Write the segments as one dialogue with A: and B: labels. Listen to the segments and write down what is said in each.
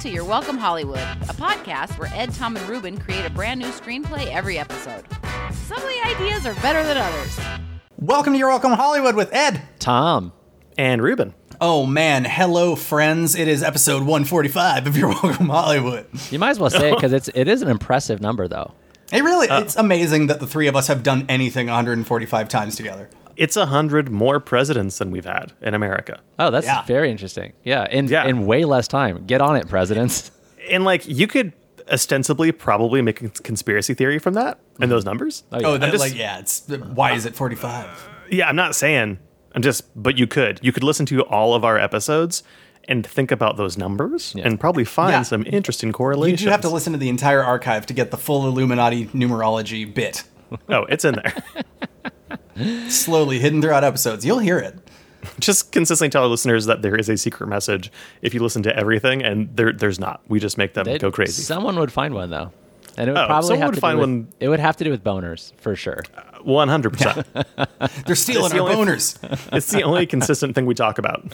A: to Your Welcome Hollywood, a podcast where Ed, Tom, and Ruben create a brand new screenplay every episode. Some of the ideas are better than others.
B: Welcome to Your Welcome Hollywood with Ed.
C: Tom and Ruben.
B: Oh man, hello friends. It is episode 145 of Your Welcome Hollywood.
C: You might as well say it because it's it is an impressive number though.
B: It really it's amazing that the three of us have done anything 145 times together.
D: it's a hundred more presidents than we've had in America.
C: Oh, that's
B: Yeah.
C: very interesting. Yeah, in
D: Yeah.
C: in way less time. Get on it, presidents.
D: And like you could ostensibly probably make a conspiracy theory from that and those numbers.
C: yeah.
B: Mm-hmm. Oh, that,
D: just-
B: like yeah, it's why is it 45?
D: Yeah, I'm not saying I'm just but you could. You could listen to all of our episodes and think about those numbers and probably find
B: Yeah.
D: some interesting
B: You
D: correlations.
B: do have to listen to the entire archive to get the full Illuminati numerology bit,
D: Oh, it's in there.
B: slowly hidden throughout episodes. You'll hear it.
D: just consistently tell our listeners that there is a secret message if you listen to everything and there there's not. We just make them
C: They'd-
D: go crazy.
C: Someone would find one though. And it would
D: Oh,
C: probably
D: someone
C: have
D: would
C: to
D: find
C: do with,
D: one-
C: It would have to do with boners for sure.
D: One hundred percent.
B: They're stealing
D: the
B: our
D: only-
B: boners.
D: It's the only consistent thing we talk about.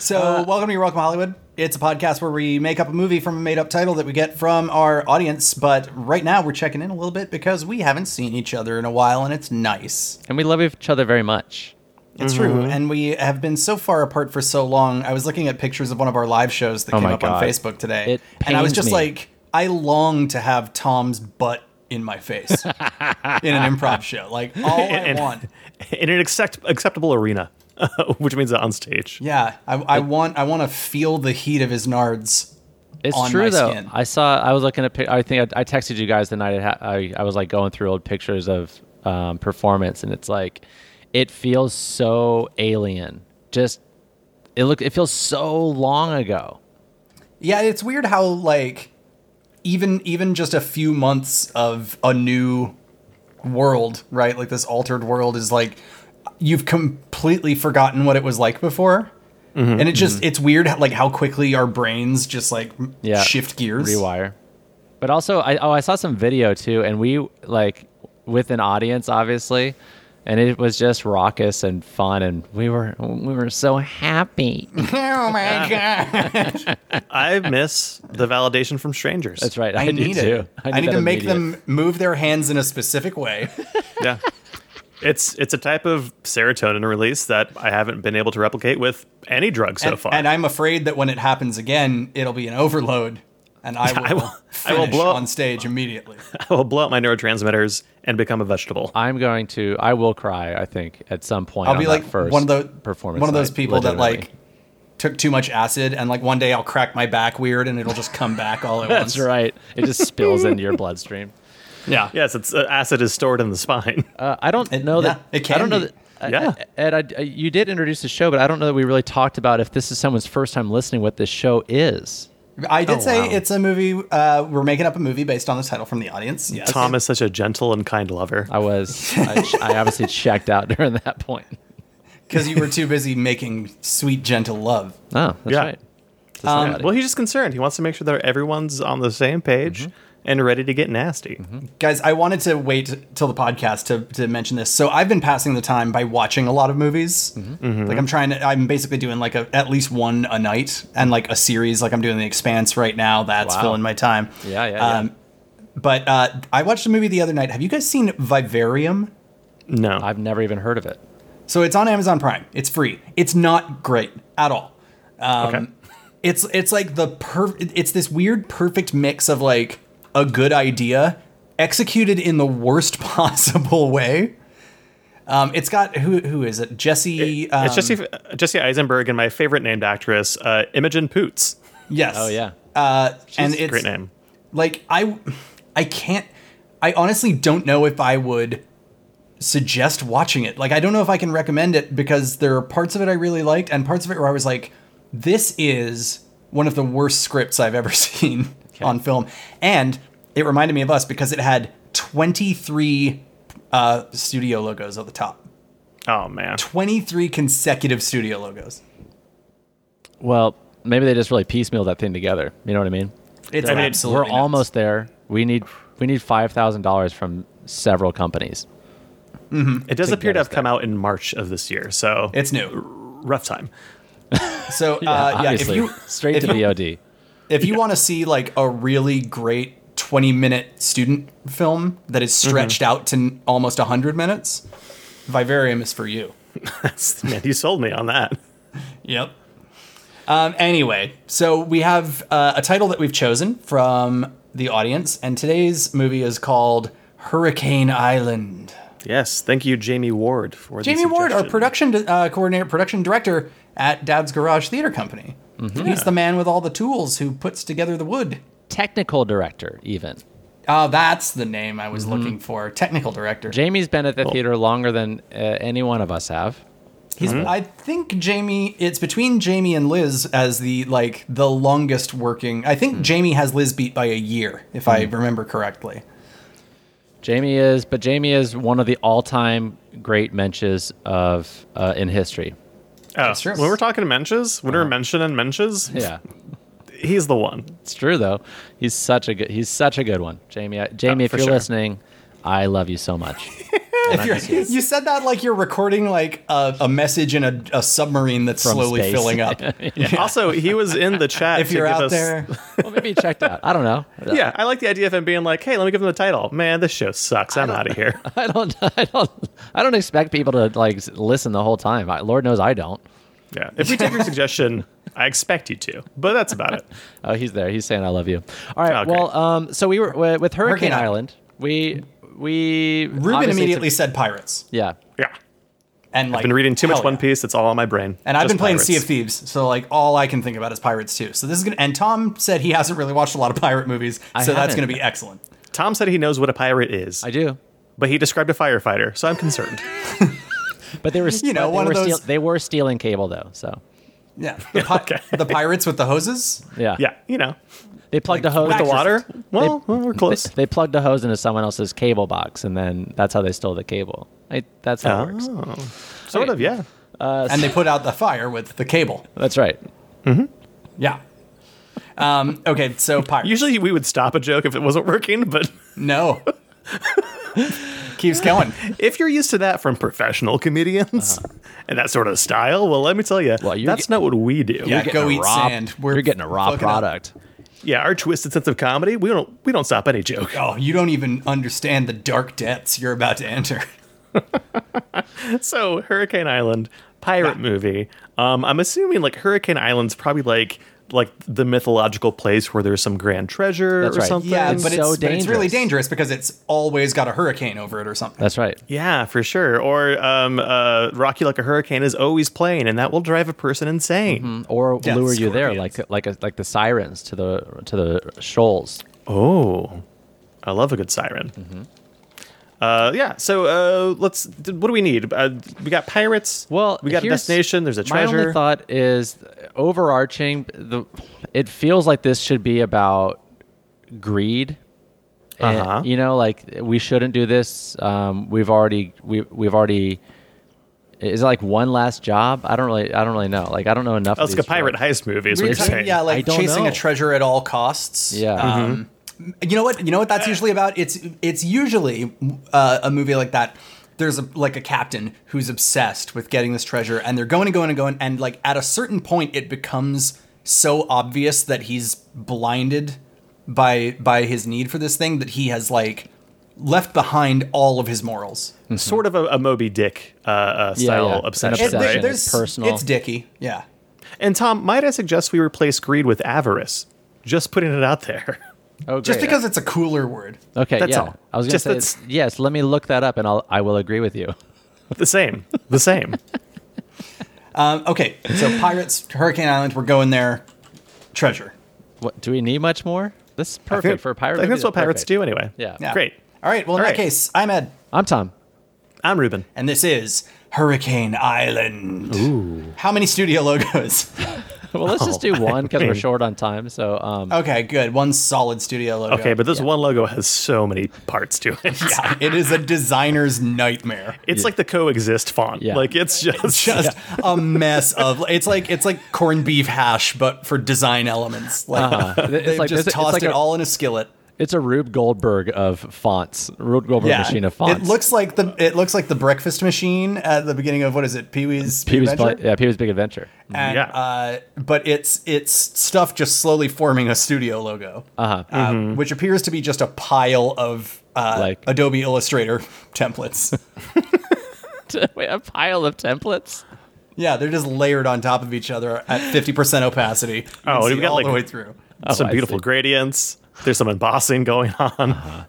B: So,
C: Uh,
B: welcome to Your Welcome Hollywood. It's a podcast where we make up a movie from a made up title that we get from our audience. But right now, we're checking in a little bit because we haven't seen each other in a while, and it's nice.
C: And we love each other very much.
B: It's true.
C: Mm-hmm.
B: And we have been so far apart for so long. I was looking at pictures of one of our live shows that
C: Oh
B: came
C: my
B: up on
C: God.
B: Facebook today.
C: It
B: and I was
C: pains
B: just
C: me.
B: like, I long to have Tom's butt in my face in an improv show. Like, all I
D: And-
B: want.
D: in an accept- acceptable arena, which means on stage.
B: Yeah, I, I want I want to feel the heat of his nards.
C: It's
B: on
C: true
B: my
C: though.
B: skin.
C: I saw. I was looking at. pic- I think I, I texted you guys the night. It ha- I I was like going through old pictures of um, performance, and it's like, it feels so alien. Just it look. It feels so long ago.
B: Yeah, it's weird how like even even just a few months of a new world, right? Like this altered world is like you've completely forgotten what it was like before. And it just it's weird like how quickly our brains just like m-
C: Yeah.
B: shift gears.
C: Rewire. But also, I oh, I saw some video too, and we like with an audience, obviously, and it was just raucous and fun, and we were we were so happy.
B: Oh my god.
D: I miss the validation from strangers.
C: That's right. I,
B: I,
C: do
B: need
C: too.
B: it. I, need
C: that
B: to make
C: immediate.
B: them move their hands in a specific way.
D: Yeah. It's it's a type of serotonin release that I haven't been able to replicate with any drug so
B: and,
D: far.
B: and I'm afraid that when it happens again, it'll be an overload and I will,
D: I will- I will
B: finish
D: blow up-
B: on stage immediately.
D: I will blow out my neurotransmitters and become a vegetable.
C: I'm going to. I will cry. I think at some point.
B: I'll
C: on
B: be
C: that
B: like
C: first
B: one of those
C: performance.
B: one of those
C: night,
B: people that
C: legitimately.
B: like took too much acid and like one day I'll crack my back weird and it'll just come back all at once.
C: That's right. It just spills into your bloodstream.
B: Yeah.
D: Yes, it's uh, acid is stored in the spine.
C: Uh, I don't
B: It-
C: know that.
B: yeah, it can
C: I don't know
B: be.
C: that. I-
D: Yeah.
C: I- Ed, I, I- you did introduce the show, but I don't know that we really talked about if this is someone's first time listening. What this show is.
B: I
C: Oh,
B: did say
D: wow.
B: it's a movie uh, we're making up a movie based on the title from the audience. Yes.
D: Tom is such a gentle and kind lover.
C: I was. I, ch- I obviously checked out during that point.
B: Because you were too busy making sweet, gentle love.
C: Oh, that's
D: Yeah.
C: right. To somebody.
D: Um, well, he's just concerned. He wants to make sure that everyone's on the same page
B: Mm-hmm.
D: and ready to get nasty.
B: Guys, I wanted to wait till the podcast to, to mention this. So I've been passing the time by watching a lot of movies.
C: Mm-hmm.
B: Like I'm trying to, I'm basically doing like a, at least one a night and like a series. Like I'm doing The Expanse right now. That's
C: Wow.
B: filling my time.
C: Yeah, yeah, yeah.
B: Um, but uh, I watched a movie the other night. Have you guys seen Vivarium?
D: No,
C: I've never even heard of it.
B: So it's on Amazon Prime. It's free. It's not great at all. Um,
D: Okay.
B: It's it's like the per. It's this weird perfect mix of like a good idea executed in the worst possible way. Um, it's got who who is it? Jesse. um,
D: it's Jesse Jesse Eisenberg and my favorite named actress, uh, Imogen Poots.
B: um, Yes.
C: Oh yeah.
B: Uh, and it's
D: Great name.
B: like I I can't. I honestly don't know if I would suggest watching it. Like I don't know if I can recommend it because there are parts of it I really liked and parts of it where I was like, this is one of the worst scripts I've ever seen on film. And it reminded me of us because it had 23 uh, studio logos at the top.
D: Oh man,
B: 23 consecutive studio logos.
C: Well, maybe they just really piecemeal that thing together. You know what I mean?
B: It's
D: I mean,
B: absolutely
C: We're
B: nuts.
C: almost there. We need we need five thousand dollars from several companies.
D: it does appear to
C: that is
D: have come out in March of this year, so
B: It's new.
D: rough time.
B: So uh, yeah, if
C: Obviously,
B: you
C: straight to VOD.
B: If you want to see like a really great 20 minute student film that is stretched out to n- almost 100 minutes, Vivarium is for you.
D: Man, you sold me on that.
B: Yep. Um, anyway, so we have uh, a title that we've chosen from the audience, and today's movie is called Hurricane Island.
D: Yes, thank you, Jamie Ward, for
B: Jamie
D: the
B: Ward, our
D: suggestion.
B: production uh, coordinator, production director at Dad's Garage Theater Company. He's the man with all the tools who puts together the wood.
C: Technical director, even.
B: Oh, that's the name I was looking for. Technical director.
C: Jamie's been at
B: Oh.
C: the theater longer than uh, any one of us have.
B: He's,
D: Mm-hmm.
B: I think Jamie. It's between Jamie and Liz as the like the longest working. I
D: Hmm.
B: think Jamie has Liz beat by a year, if I remember correctly.
C: Jamie is, but Jamie is one of the all-time great mentions of uh, in history.
D: Oh,
B: That's true.
D: When we're talking menches, when we're mentioning menches,
C: Yeah,
D: he's the one.
C: it's true though. He's such a good. He's such a good one, Jamie. I, Jamie,
D: Oh,
C: if
D: for
C: you're
D: sure.
C: listening, I love you so much.
B: If you're, you said that like you're recording like a, a message in a, a submarine that's
C: From
B: slowly
C: space.
B: filling up.
D: Also, he was in the chat.
B: if
D: to
B: you're
D: give
B: out
D: us,
B: there,
C: well, maybe he checked out. I don't know.
D: Yeah, I like the idea of him being like, "Hey, let me give him the title." Man, this show sucks. I'm out of here.
C: I don't. I don't. I don't expect people to like s- listen the whole time. I, Lord knows I don't.
D: Yeah. If we take your suggestion, I expect you to, but that's about it.
C: Oh, he's there. He's saying I love you. All right.
D: Oh, great.
C: well, um, so we were wi- with
B: Hurricane
C: Hurricane, Island.
B: Island.
C: We we
B: Ruben
C: obviously it's a-
B: immediately said pirates,
C: yeah.
D: Yeah.
B: and like
D: I've been reading too much
B: hell
D: One
B: yeah.
D: Piece. It's all on my brain.
B: And I've
D: Just
B: been playing
D: pirates.
B: Sea of Thieves, so like all I can think about is pirates too. So this is gonna. And Tom said he hasn't really watched a lot of pirate movies,
C: I
B: so that's
C: haven't.
B: gonna be excellent.
D: Tom said he knows what a pirate is,
C: I do.
D: but he described a firefighter, so I'm concerned.
C: But they were you
B: know,
C: they
B: one
C: were
B: of those-
C: steal- they were stealing cable though. So
B: Yeah, the, pi-
D: Okay.
B: the pirates with the hoses.
C: yeah.
D: yeah, you know,
C: They plugged a hose
D: with the
B: Waxes.
D: water. Well, well, we're
C: They,
D: close.
C: they plugged a hose into someone else's cable box, and then that's how they stole the cable. I, that's how it works.
D: Oh, sort of, yeah.
B: and they put out the fire with the cable.
C: That's right.
B: Yeah. Um, okay, so pirates.
D: Usually we would stop a joke if it wasn't working, but
B: no. Keeps going.
D: if you're used to that from professional comedians
B: Uh-huh.
D: and that sort of style, well, let me tell you,
C: Well, you're
D: that's
C: get-
D: not what we do.
B: Yeah,
D: We-
B: go
C: a
B: eat
C: raw-
B: sand.
C: you're getting a raw
B: fucking up.
C: product.
D: yeah, our twisted sense of comedy, we don't we don't stop any joke.
B: Oh, you don't even understand the dark depths you're about to enter.
D: So Hurricane Island pirate movie. Um, I'm assuming like Hurricane Island's probably like like the mythological place where there's some grand treasure
C: That's
D: or
C: right.
D: something.
B: Yeah,
C: It's
B: but,
C: so
B: it's, but it's really
C: dangerous.
B: dangerous because it's always got a hurricane over it or something.
C: That's right.
D: Yeah, for sure. Or um, uh, Rocky Like a Hurricane is always playing, and that will drive a person insane.
C: Or
B: Death
C: lure you there
B: scorpions.
C: like like a, like the sirens to the to the shoals.
D: Oh, I love a good siren.
C: Mm-hmm.
D: Uh, yeah. So uh, let's. d- What do we need? Uh, we got pirates.
C: Well,
D: we got a
C: here's-
D: destination. There's a treasure.
C: My only thought is overarching. The it feels like this should be about greed. And,
D: Uh-huh.
C: you know, like we shouldn't do this. Um, we've already we we've already. Is it like one last job? I don't really I don't really know. Like I don't know enough.
D: Oh,
C: of
D: it's like a
C: these
D: pirate
C: jobs.
D: heist movie. Is what
B: We're
D: you're
B: talking-
D: saying?
B: yeah,
C: I
B: like
C: don't
B: chasing
C: know.
B: a treasure at all costs.
C: Yeah.
B: Um, You know what? You know what that's usually about. It's it's usually uh, a movie like that. There's a, like a captain who's obsessed with getting this treasure, and they're going and going and going, and like at a certain point, it becomes so obvious that he's blinded by by his need for this thing that he has like left behind all of his morals.
D: Mm-hmm. Sort of a, a Moby Dick uh, uh,
C: Yeah,
D: style
C: yeah. An
D: obsession.
C: obsession.
D: right?
C: It's personal.
B: It's dicky. Yeah.
D: And Tom, might I suggest we replace greed with avarice? Just putting it out there.
C: Oh,
B: Just
C: great.
B: because it's a cooler word.
C: okay,
D: that's
C: yeah.
D: all.
C: I was gonna
D: Just
C: say
D: that's-
C: yes. Let me look that up, and I'll I will agree with you.
D: The same. The same.
B: Um, okay, so pirates, Hurricane Island, we're going there. Treasure.
C: What do we need much more? This is perfect for a pirate.
D: I think
C: movie,
D: that's what pirates
C: perfect.
D: do anyway.
C: Yeah.
B: Yeah.
D: Great.
B: All right. Well, in
D: All
B: that
D: right.
B: case, I'm Ed,
C: I'm Tom.
D: I'm Ruben.
B: and this is Hurricane Island. Ooh. How many studio logos?
C: Well, let's just
D: Oh,
C: do one because we're
D: mean-
C: short on time. So um,
B: okay, good. One solid studio logo.
D: Okay, but this one logo has so many parts to it.
B: yeah, it is a designer's nightmare.
D: It's like the coexist font.
C: Yeah.
D: Like it's just,
B: Just a mess of it's like it's like corned beef hash, but for design elements. Like
C: Uh-huh. It's
B: they've
C: like-
B: just
C: it's- it's
B: tossed
C: like
B: it
C: a-
B: all in a skillet.
C: It's a Rube Goldberg of fonts. Rube Goldberg machine of fonts.
B: It looks like the it looks like the breakfast machine at the beginning of what is it? Pee Wee's Pee
C: Pee-wee's
B: Wee's
C: Pla- yeah, Pee Wee's Big Adventure.
B: And,
D: Yeah.
B: Uh, but it's it's stuff just slowly forming a studio logo, uh-huh.
D: Mm-hmm.
B: which appears to be just a pile of uh,
C: Like-
B: Adobe Illustrator templates.
C: Wait, a pile of templates.
B: yeah, they're just layered on top of each other at fifty percent opacity. You can
D: Oh,
B: see
D: we've got,
B: all
D: like-
B: the way through.
C: Oh, I
D: some beautiful
C: see.
D: gradients. There's some embossing going on.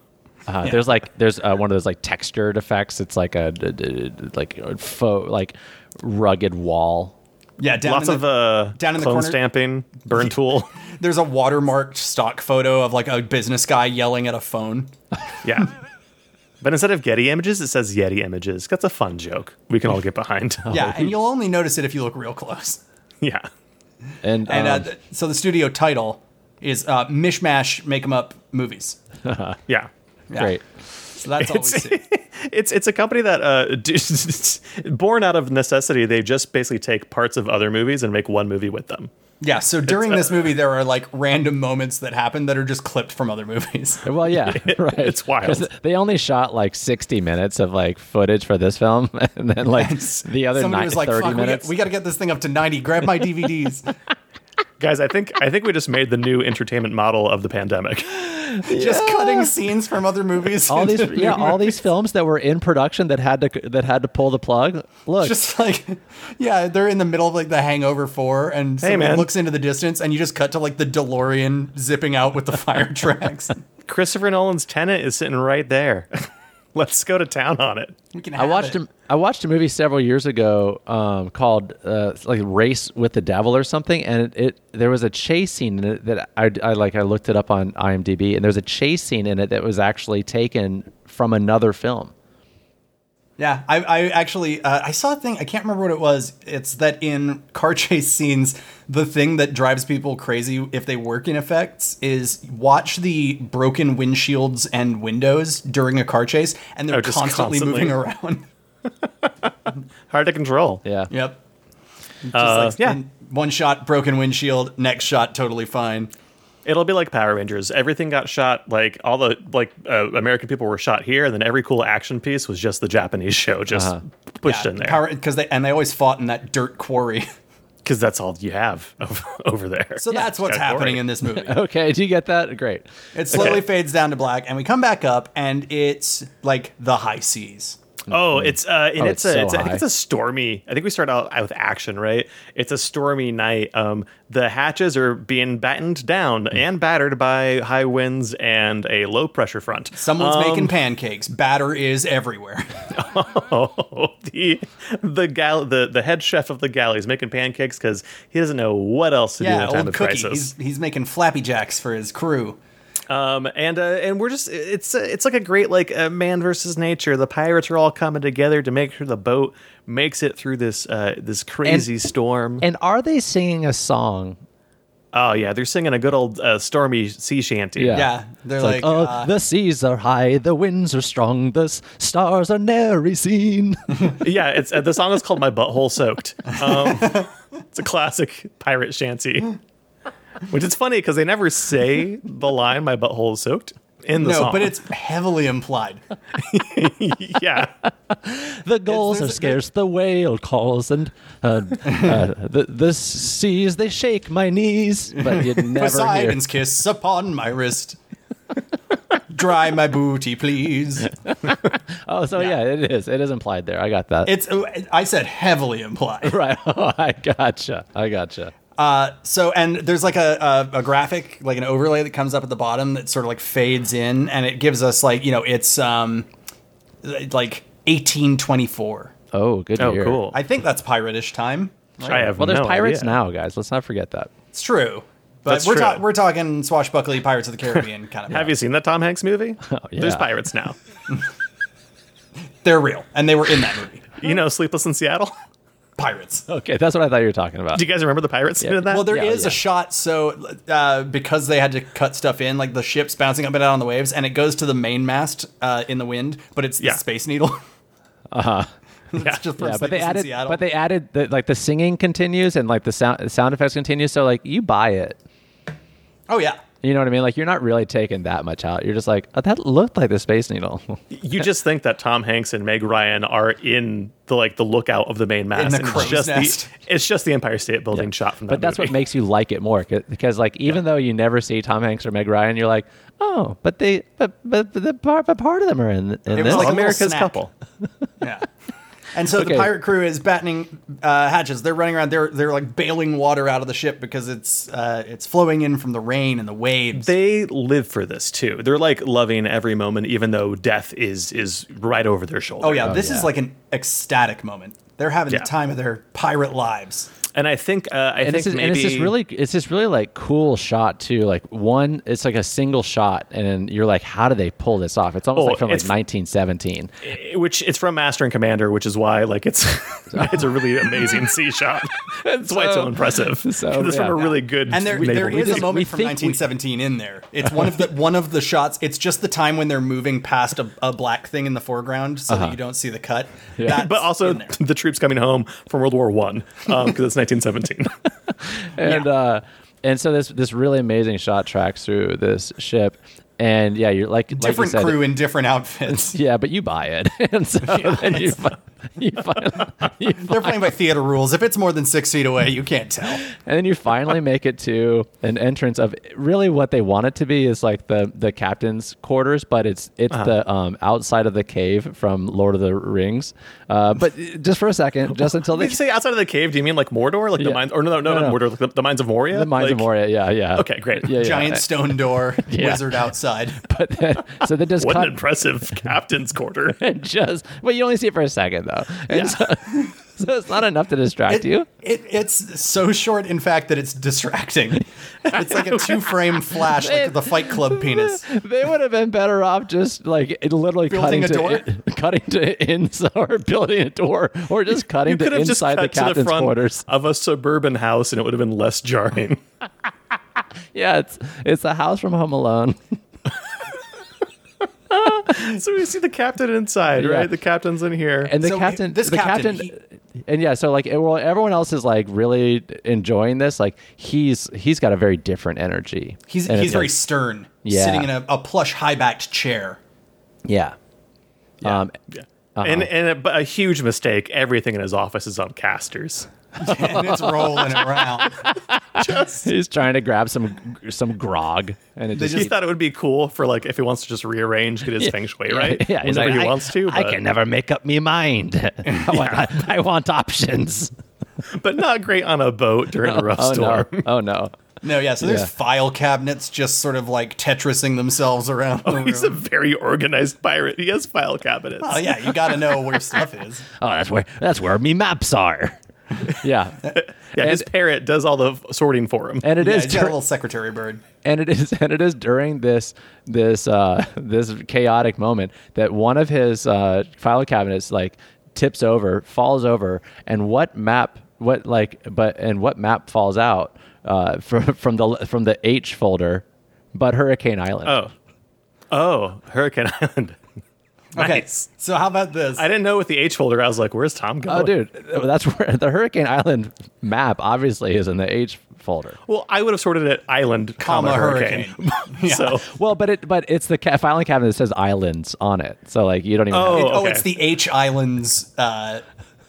C: Uh, There's like there's uh, one of those like textured effects. It's like a d- d- d- like a faux like rugged wall.
B: Yeah, down
D: Lots
B: in
D: of
B: the-
D: uh,
B: down in the
D: clone
B: corner-
D: stamping, burn tool.
B: there's a watermarked stock photo of like a business guy yelling at a phone.
D: yeah. But instead of Getty images, it says Yeti images. That's a fun joke. We can all get behind.
B: Yeah, and you'll only notice it if you look real close.
D: yeah.
B: And
C: And, um,
D: Uh-huh.
B: uh, th- so the studio title is uh, Mishmash Make 'em Up Movies.
D: Yeah.
B: Yeah.
C: great.
B: So that's all we
D: It's,
B: see.
D: it's it's a company that uh, d- born out of necessity, they just basically take parts of other movies and make one movie with them.
B: Yeah, so during
C: uh,
B: this movie, there are like random moments that happen that are just clipped from other movies.
C: Well, yeah, right.
D: it's wild.
C: 'Cause They only shot like 60 minutes of like footage for this film, and then like the other
B: Somebody
C: night,
B: was like,
C: 30
B: fuck, we,
C: minutes.
B: got, we got to get this thing up to 90. Grab my DVDs.
D: Guys, I think I think we just made the new entertainment model of the pandemic.
B: Just cutting scenes from other movies.
C: all these
B: into
C: yeah,
B: new
C: all these films that were in production that had to that had to pull the plug. Look,
B: just like yeah they're in the middle of like the hangover 4 and someone
D: man.
B: looks into the distance and you just cut to like the delorean zipping out with the fire tracks
D: Christopher Nolan's Tenet is sitting right there. Let's go to town on it.
B: we can
C: I watched
B: him.
C: a, I watched a movie several years ago um, called uh, it's like Race with the Devil or something, and it, there was a chase scene in it that I, I like I looked it up on IMDb, and there's a chase scene in it that was actually taken from another film.
B: yeah i, I actually uh, i saw a thing i can't remember what it was it's that in car chase scenes the thing that drives people crazy if they work in effects is watch the broken windshields and windows during a car chase and they're
D: Oh, just
B: constantly,
D: constantly.
B: moving around
D: Hard to control.
C: Yeah,
B: yep just
D: Uh, yeah.
B: in one shot broken windshield next shot totally fine
D: It'll be like Power Rangers. Everything got shot like all the like uh, American people were shot here, and then every cool action piece was just the Japanese show just
C: Uh-huh.
D: pushed in there
B: because they and they always fought in that dirt quarry.
D: because that's all you have over, over there.
B: So that's what's
D: Gotta
B: happening
D: worry.
B: in this movie.
C: Okay, do you get that? Great.
B: It slowly fades down to black, and we come back up, and it's like the high seas.
D: Oh, it's uh, and
C: it's
D: it's, a,
C: so
D: it's a, I think
C: high.
D: it's a stormy. I think we start out with action, right? It's a stormy night. Um, the hatches are being battened down
C: Hmm.
D: and battered by high winds and a low pressure front. Um,
B: Someone's making pancakes. Batter is everywhere.
D: Oh, the the gal the, the head chef of the galley is making pancakes because he doesn't know what else to do
B: yeah,
D: in a time
B: old
D: of
B: cookie.
D: crisis.
B: He's, he's making flappy jacks for his crew.
D: Um, and uh, and we're just it's a- it's like a great like uh, man versus nature. The pirates are all coming together to make sure the boat makes it through this uh, this crazy storm.
C: And are they singing a song?
D: oh yeah, they're singing a good old uh, stormy sea shanty.
C: Yeah.
B: Yeah, they're
C: It's
B: like,
C: like, oh,
B: uh,
C: the seas are high, the winds are strong, the s- stars are nary seen.
D: yeah. It's uh, the song is called "My Butthole Soaked." Um, it's a classic pirate shanty, which is funny because they never say the line "My butthole is soaked" in the
B: no,
D: song.
B: but it's heavily implied.
D: yeah,
C: the gulls
B: It's-
C: are
B: it's-
C: scarce, the whale calls, and uh, uh, the, the seas they shake my knees. But you'd never hear.
B: Poseidon's kiss upon my wrist. Dry my booty, please.
C: Oh, so yeah. it is. It is implied there. I got that.
B: It's uh, I said heavily implied.
C: right. Oh, I gotcha. I gotcha.
B: So and there's like a, a a graphic, like an overlay that comes up at the bottom that sort of like fades in, and it gives us like you know it's um like 1824.
C: Oh, good.
D: Oh,
C: year.
D: cool.
B: I think that's pirate-ish time.
D: I have
C: Well, there's
D: no
C: pirates
D: idea.
C: now, guys. Let's not forget that.
B: It's true, but
D: That's
B: we're
D: true.
B: ta- we're talking swashbuckly Pirates of the Caribbean kind of.
D: Have you seen that Tom Hanks movie?
C: Oh, yeah.
D: There's pirates now.
B: They're real, and they were in that movie.
D: You know, Sleepless in Seattle.
B: Pirates.
C: Okay, that's what I thought you were talking about.
D: Do you guys remember the pirates in that?
B: Well, there is
C: Yeah, yeah.
B: a shot. So, uh, because they had to cut stuff in, like the ship's bouncing up and down on the waves, and it goes to the main mast uh, in the wind, but it's the
D: Yeah.
B: Space Needle.
D: yeah.
B: It's just from
C: yeah, but they
B: Sleepless in
C: added,
B: Seattle.
C: but they added the, like the singing continues and like the sound the sound effects continue. So like you buy it.
B: oh yeah,
C: You know what I mean? Like you're not really taking that much out. You're just like, oh, that looked like the Space Needle.
D: You just think that Tom Hanks and Meg Ryan are in the like the lookout of the main mast.
B: the
D: and
B: crow's
D: it's just
B: nest.
D: the it's just the Empire State Building shot from that.
C: but that's what
D: movie.
C: makes you like it more 'cause- because like even though you never see Tom Hanks or Meg Ryan, you're like, oh, but they but but but, the part, but part of them are in, in
B: It was like
C: this.
B: a little
D: America's
B: snack.
D: couple.
B: Yeah. And so
C: Okay.
B: the pirate crew is battening uh, hatches. They're running around. They're they're like bailing water out of the ship because it's uh, it's flowing in from the rain and the waves.
D: They live for this too. They're like loving every moment, even though death is is right over their shoulder.
B: oh yeah, this
C: yeah.
B: is like an ecstatic moment. They're having
D: Yeah.
B: the time of their pirate lives.
D: and I think uh,
C: and
D: I think
C: this is
D: maybe
C: and it's just really it's just really like cool shot too. Like one, it's like a single shot, and you're like, how do they pull this off? It's almost
D: Oh,
C: like from like
D: it's-
C: 1917.
D: eh, which it's from Master and Commander, which is why like it's it's a really amazing sea shot. That's why it's so
C: So-
D: impressive.
C: so,
D: it's from
C: yeah.
D: a really good
B: And there,
D: naval
B: there is a
D: movie.
C: we
B: moment from
C: think we-
B: 1917 in there. It's one of the one of the shots. It's just the time when they're moving past a, a black thing in the foreground, so
C: Uh-huh.
B: that you don't see the cut. That's
D: but also
B: in there.
D: the troops coming home from World War One because it's 1917.
C: and uh and so this this really amazing shot tracks through this ship and yeah you're like like you
B: different
C: said,
B: crew in different outfits.
C: yeah but you buy it and so then you, fi- you, finally, you fi-
B: They're playing by theater rules. If it's more than six feet away, you can't tell.
C: and then you finally make it to an entrance of really what they want it to be is like the the captain's quarters but it's it's
D: Uh-huh.
C: the um outside of the cave from lord of the rings uh but just for a second just until
D: Did
C: they
D: you say outside of the cave? Do you mean like Mordor, like the
C: Yeah.
D: mines? Or no, no, no,
C: No,
D: no,
C: no.
D: Mordor, like the, the mines of Moria.
C: the mines of
D: Like,
C: moria yeah yeah
D: Okay, great.
C: yeah, yeah.
B: Giant stone door,
C: Yeah.
B: wizard outside.
C: but then, so they just
D: What an
C: cut
D: impressive captain's quarter.
C: and just but you only see it for a second though and so, so it's not enough to
B: It,
C: distract you
B: it- it's so short, in fact, that it's distracting. It's like a two frame flash, like the Fight Club penis.
C: they would have been better off just like it literally
B: Building
C: cutting
B: a
C: to
B: door?
C: in- cutting to inside or building a door or just cutting
D: Could
C: to
D: have just
C: inside the
D: cut to the
C: captain's
D: front
C: quarters
D: of a suburban house, and it would have been less jarring.
C: yeah it's it's the house from home alone
D: so we see the captain inside,
C: Yeah.
D: right? The captain's in here.
C: and the
B: So,
C: captain
B: this
C: the captain,
B: captain,
C: and yeah so like it- well everyone else is like really enjoying this like he's he's got a very different energy
B: He's,
C: And
B: he's
C: it's
B: very
C: like-
B: stern,
C: Yeah.
B: sitting in a, a plush, high backed chair.
C: yeah
D: Yeah.
C: um
D: Yeah. And and a, but a huge mistake. Everything in his office is on casters.
B: And it's rolling around.
C: he's trying to grab some some grog and it
B: They
C: just
D: He thought it would be cool for like if he wants to just rearrange, get his feng shui right.
C: Yeah, he's
D: whenever
C: like,
D: he
C: I,
D: wants to.
C: I
D: but-
C: can never make up my mind. I, want, I, I want options.
D: but not great on a boat during a rough storm.
C: no! Oh no!
B: No, yeah, so there's
C: Yeah.
B: file cabinets just sort of like Tetrising themselves around. the
D: Oh, He's a
B: room.
D: very organized pirate. He has file cabinets.
B: Oh, yeah, you gotta know where stuff is.
C: Oh, that's where that's where me maps are. Yeah,
D: yeah. his
C: and-
D: parrot does all the f- sorting for him.
C: and it
B: yeah,
C: is
B: he's got a
C: dur-
B: little secretary bird.
C: and it is and it is during this this uh, this chaotic moment that one of his uh, file cabinets like tips over, falls over, and what map? What like but and what map falls out uh, from from the from the H folder? But Hurricane Island.
D: oh, oh, Hurricane Island.
B: Okay,
D: Nice.
B: so how about this?
D: I didn't know with the H folder. I was like, "Where's Tom going?"
C: Oh, dude, that's where the Hurricane Island map obviously is in the H folder.
D: Well, I would have sorted it island, comma,
B: Comma
D: hurricane.
B: Yeah.
D: So
C: Well, but it but it's the ca- filing cabinet that says islands on it, so like you don't even.
D: Oh.
C: Have,
B: oh,
D: okay.
B: it's the H Islands. Uh,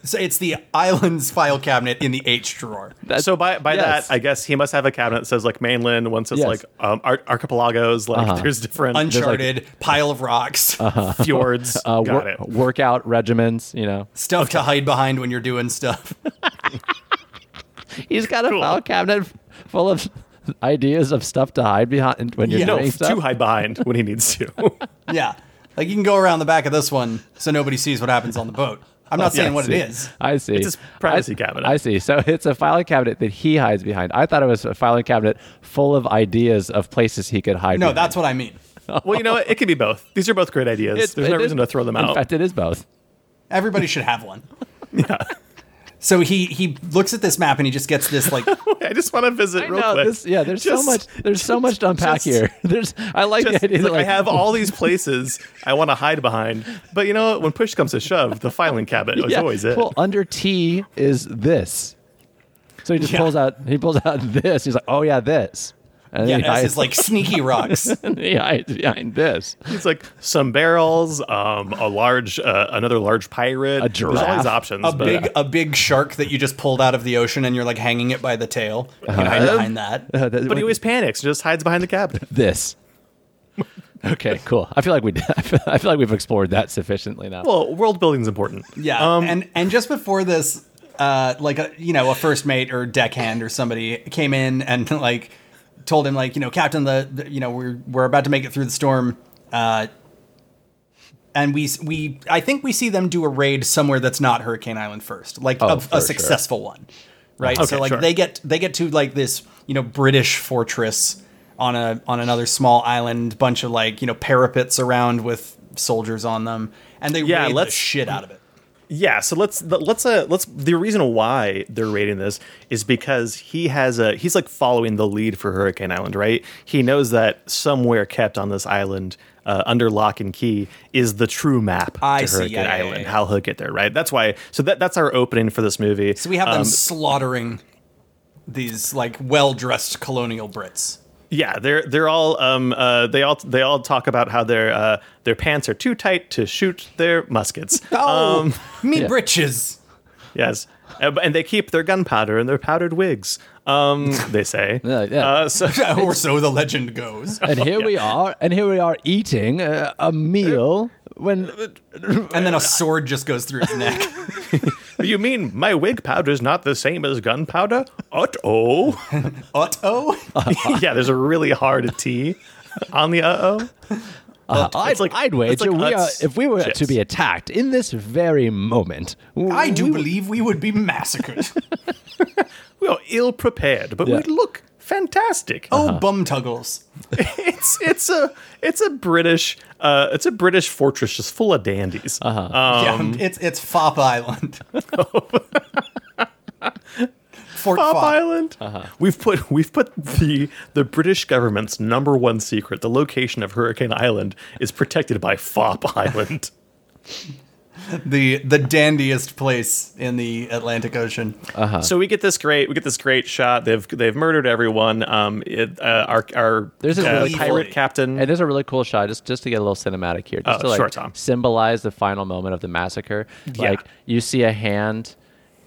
B: so it's the Islands file cabinet in the H drawer.
C: That's-
D: so by by
C: yes.
D: that, I guess he must have a cabinet that says like mainland. One says
C: Yes. Uh-huh.
D: like um, ar- archipelagos. Like Uh-huh. there's different
B: Uncharted pile of rocks,
D: fjords.
C: uh,
D: Got
C: wor-
D: it.
C: workout regimens, you know.
B: stuff to hide behind when you're doing stuff.
C: He's got a file cabinet full of ideas of stuff to hide behind when you're
B: Yeah.
D: No,
C: doing
D: f-
C: stuff.
D: to hide behind when he needs to.
B: yeah, like you can go around the back of this one so nobody sees what happens on the boat. I'm not saying
D: I
B: what
D: see.
B: it is.
C: I see.
D: It's his privacy
C: I,
D: cabinet.
C: I see. So it's a filing cabinet that he hides behind. I thought it was a filing cabinet full of ideas of places he could hide.
B: No,
C: behind.
B: that's what I mean.
D: well, you know what? It could be both. These are both great ideas.
C: It's-
D: There's
C: it
D: no
C: is-
D: reason to throw them
C: In
D: out.
C: fact, it is both.
B: Everybody should have one. Yeah. So he he looks at this map and he just gets this like
D: I just want to visit
C: I
D: real
C: know,
D: quick.
C: this- yeah, there's
D: Just-
C: so much. There's so much to unpack
D: just-
C: here. There's. I like
D: Just,
C: the idea.
D: it's
C: that,
D: like, I have all these places I want to hide behind, but you know what? When push comes to shove, the filing cabinet is
C: yeah,
D: always it.
C: Well, under T is this. So he just
B: Yeah.
C: pulls out. He pulls out this. He's like, oh yeah, this. And
B: Yeah,
C: he
B: S
C: hides-
B: is like sneaky rocks.
C: he hides behind this.
D: It's like some barrels, um, a large, uh, another large pirate.
C: A
D: There's all
C: giraffe.
D: these options.
B: a
D: but
B: big a big shark that you just pulled out of the ocean and you're like hanging it by the tail. You can hide behind that.
C: Uh, that-
D: but he always panics, just hides behind the cabinet.
C: this. Okay, cool. I feel like we. I feel, I feel like we've explored that sufficiently now.
D: Well, world building's important. Um,
B: Yeah, and and just before this, uh, like a you know a first mate or deckhand or somebody came in and like told him like you know Captain the, the- you know we're we're about to make it through the storm, uh, and we s- we I think we see them do a raid somewhere that's not Hurricane Island first, like
C: Oh,
B: a,
C: for
B: a
C: sure.
B: successful one, right? so
D: Okay,
B: like
D: sure.
B: they get they get to like this you know British fortress on a on another small island, bunch of like you know parapets around with soldiers on them, and they
D: Yeah,
B: raid the
D: let's-
B: shit out of it.
D: Yeah, so let's th- let's uh let's the reason why they're rating this is because he has a he's like following the lead for Hurricane Island, right? He knows that somewhere kept on this island uh, under lock and key is the true map
B: I
D: to
B: see,
D: Hurricane
B: yeah, yeah, yeah,
D: Island,
B: yeah.
D: how he'll get there, right? That's why. So that that's our opening for this movie.
B: So we have them
D: Um,
B: slaughtering these like well-dressed colonial Brits.
D: Yeah, they're they're all um uh they all they all talk about how their uh their pants are too tight to shoot their muskets.
B: Oh,
D: Um,
B: me
C: yeah.
B: britches.
D: yes, Uh, and they keep their gunpowder and their powdered wigs. Um, they say.
C: Yeah, yeah.
D: Uh, so
B: or so the legend goes.
C: and here we are, and here we are eating uh, a meal when
D: Uh,
B: And then a sword just goes through his neck.
D: you mean my wig powder is not the same as gunpowder? Ut oh.
B: Otto?
D: yeah, there's a really hard T on the uh oh.
C: uh, I'd,
D: like-
C: I'd wager
D: it's like
C: we are,
D: Utz
C: if we were to
D: chips.
C: be attacked in this very moment.
B: I do believe we would be massacred.
D: We are ill prepared, but
C: Yeah.
D: we look fantastic.
B: Oh, bum bumtuggles.
D: it's it's a it's a British uh it's a British fortress just full of dandies. Uh-huh.
B: yeah, it's it's Fop Island. Fort Fop.
D: Bob Island.
B: Uh-huh.
D: We've put we've put the the British government's number one secret, the location of Hurricane Island, is protected by Fop Island.
B: The the dandiest place in the Atlantic Ocean.
D: So we get this great we get this great shot. They've they've murdered everyone. Um, it, uh, our our
C: There's this
D: uh,
C: really
D: pirate
B: cool-
D: captain.
C: And there's a really cool shot just just to get a little cinematic here, just
D: Oh,
C: to like
D: Mm-hmm. sure, Tom.
C: symbolize the final moment of the massacre.
D: Yeah.
C: Like you see a hand,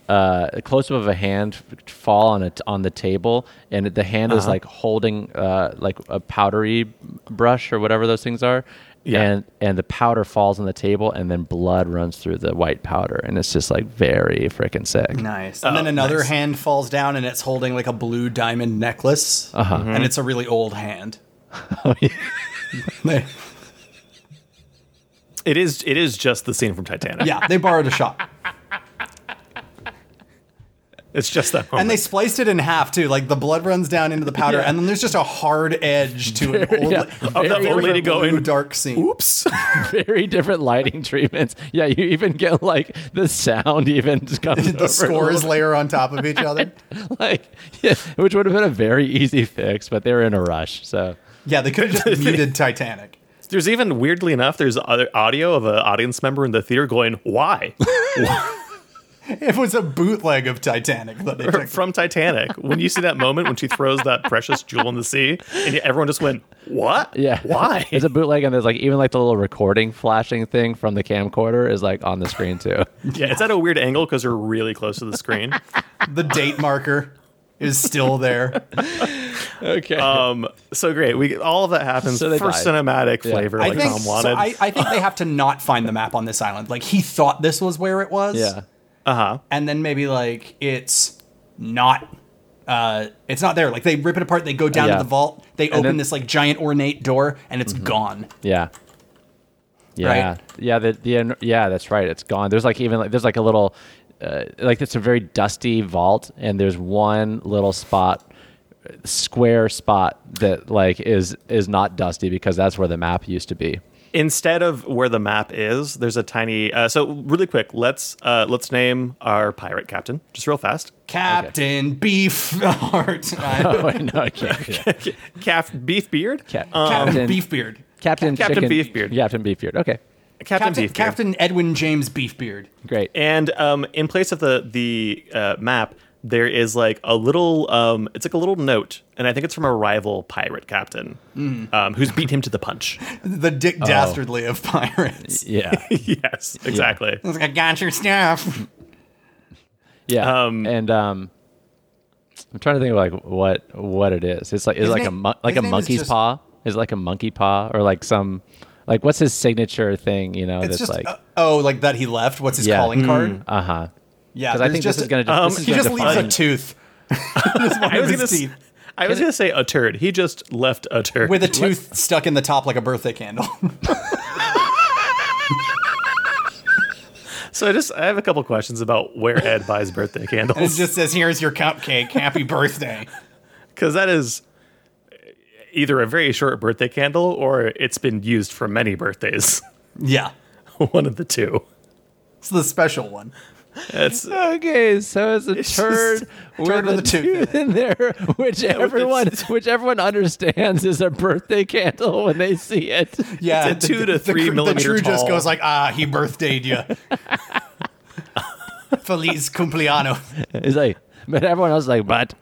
C: uh, a close up of a hand f- fall on it on the table, and the hand
D: Uh-huh.
C: is like holding uh, like a powdery brush or whatever those things are.
D: Yeah.
C: And and the powder falls on the table, and then blood runs through the white powder, and it's just like very freaking sick.
B: Nice. And
D: Oh,
B: then another
D: nice.
B: hand falls down and it's holding like a blue diamond necklace. Uh-huh. And it's a really old hand. They-
D: it is it is just the scene from Titanic.
B: yeah, they borrowed a shot.
D: it's just that moment.
B: And they spliced it in half too. Like the blood runs down into the powder, and then there's just a hard edge to it. Old,
C: yeah.
B: of
D: Very
B: the old lady
D: blue
B: going dark scene.
D: Oops.
C: very different lighting treatments. Yeah, you even get like the sound even just comes over a
B: The scores
C: little
B: layer on top of each other.
C: like yeah, which would have been a very easy fix, but they were in a rush. So
B: Yeah, they could have just muted Titanic.
D: there's even weirdly enough, there's other audio of an audience member in the theater going, "Why?"
B: It was a bootleg of Titanic that they took.
D: from Titanic. When you see that moment when she throws that precious jewel in the sea, and everyone just went, "What?
C: yeah,
D: Why?"
C: It's a bootleg, and there's like even like the little recording flashing thing from the camcorder is like on the screen too.
D: yeah, it's at a weird angle because we're really close to the screen.
B: The date marker is still there.
C: okay,
D: Um, so great. We all of that happens
C: So they
D: for
C: died.
D: cinematic
C: Yeah.
D: flavor,
B: I
D: like
B: think.
D: Tom
B: so
D: wanted.
B: I, I think they have to not find the map on this island. Like he thought this was where it was.
C: yeah,
B: and then maybe like it's not uh it's not there like they rip it apart they go down
C: Yeah.
B: to the vault they open
C: then- Mm-hmm.
B: this like giant ornate door and it's gone
C: yeah. Yeah,
B: Right.
C: yeah, the, the yeah, that's right. It's gone. There's like even like there's like a little, uh, like it's a very dusty vault, and there's one little spot, square spot that like is is not dusty because that's where the map used to be.
D: Instead of where the map is, there's a tiny. Uh, so really quick, let's uh, let's name our pirate captain just real fast.
B: captain beefheart I-
C: Oh, no, I can't. Yeah.
D: Calf Beef Beard.
C: Cap-
B: captain
C: Captain,
B: beefbeard
C: Captain,
D: Captain
C: Chicken-
D: Beefbeard.
C: Captain Beefbeard. Okay,
D: Captain,
B: captain,
D: Beef Beard.
B: captain edwin james beefbeard
C: great.
D: And um, in place of the the uh, map, there is like a little um it's like a little note and i think it's from a rival pirate captain
B: Mm-hmm.
D: um, who's beat him to the punch
B: The Dick
C: Oh.
B: Dastardly of pirates.
C: Yeah.
D: yes exactly
B: It's like, I got your stuff.
C: Yeah,
D: Um,
C: and um, I'm trying to think of like what what it is. It's like it's
B: His
C: like a
B: name-
C: mon- like
B: his
C: a
B: name is
C: monkey's
B: just-
C: paw. Is it like a monkey paw or like some like what's his signature thing? You know,
B: It's
C: that's
B: just,
C: like
B: uh, oh, like that he left. What's his
C: Yeah.
B: calling card?
C: uh huh.
B: Yeah,
C: Because I
B: there's
C: think
B: just
C: this is gonna.
B: a-
C: De-
D: um,
C: this is
B: He
C: gonna
B: just leaves a
C: define-
B: tooth. Just one
D: i
B: of
D: was
B: his
D: gonna s-
B: teeth.
D: i was gonna say a turd he just left a turd
B: with a tooth stuck in the top like a birthday candle.
D: so i just i have a couple questions about where ed buys birthday
B: it
D: candles
B: just says, "Here's your cupcake. Happy birthday."
D: because that is either a very short birthday candle or it's been used for many birthdays
B: Yeah,
D: one of the two
B: it's the special one.
D: it's
C: Okay, so it's a turd
B: just
C: with
B: turd
C: a tooth in there, which everyone which everyone understands is a birthday candle when they see it.
B: Yeah,
D: It's a two to three
B: cr-
D: millimeter
B: The true just
D: tall.
B: goes like, "Ah, he birthdayed you." Feliz cumpleaños.
C: It's like, but everyone else is like, but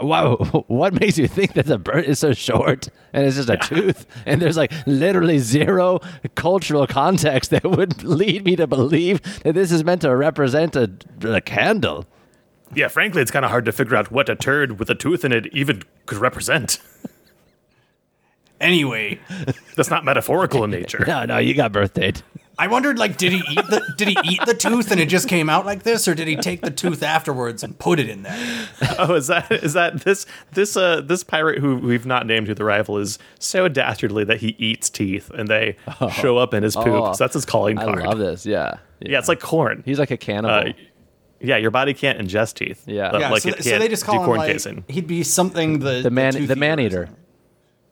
C: wow, what makes you think that the bird is so short and it's just a tooth? And there's like literally zero cultural context that would lead me to believe that this is meant to represent a, a candle.
D: Yeah, frankly, it's kind of hard to figure out what a turd with a tooth in it even could represent.
B: Anyway,
D: That's not metaphorical in nature.
C: No, no, you got birthdayed.
B: I wondered like, did he eat the did he eat the tooth and it just came out like this, or did he take the tooth afterwards and put it in there?
D: Oh, is that is that this this uh this pirate who we've not named who the rival is so dastardly that he eats teeth and they show up in his poop.
C: Oh.
D: so that's his calling
C: I
D: card.
C: love this. Yeah.
D: Yeah, it's like corn.
C: he's like a cannibal.
D: Uh, yeah, your body can't ingest teeth.
C: Yeah.
D: but,
C: Yeah,
D: like
B: so,
D: it
B: th-
D: can't
B: so they just call
D: do
B: him
D: corn
B: like
D: casing.
B: he'd be something the
C: the man,
B: tooth
C: the man
B: or
C: eater.
B: something.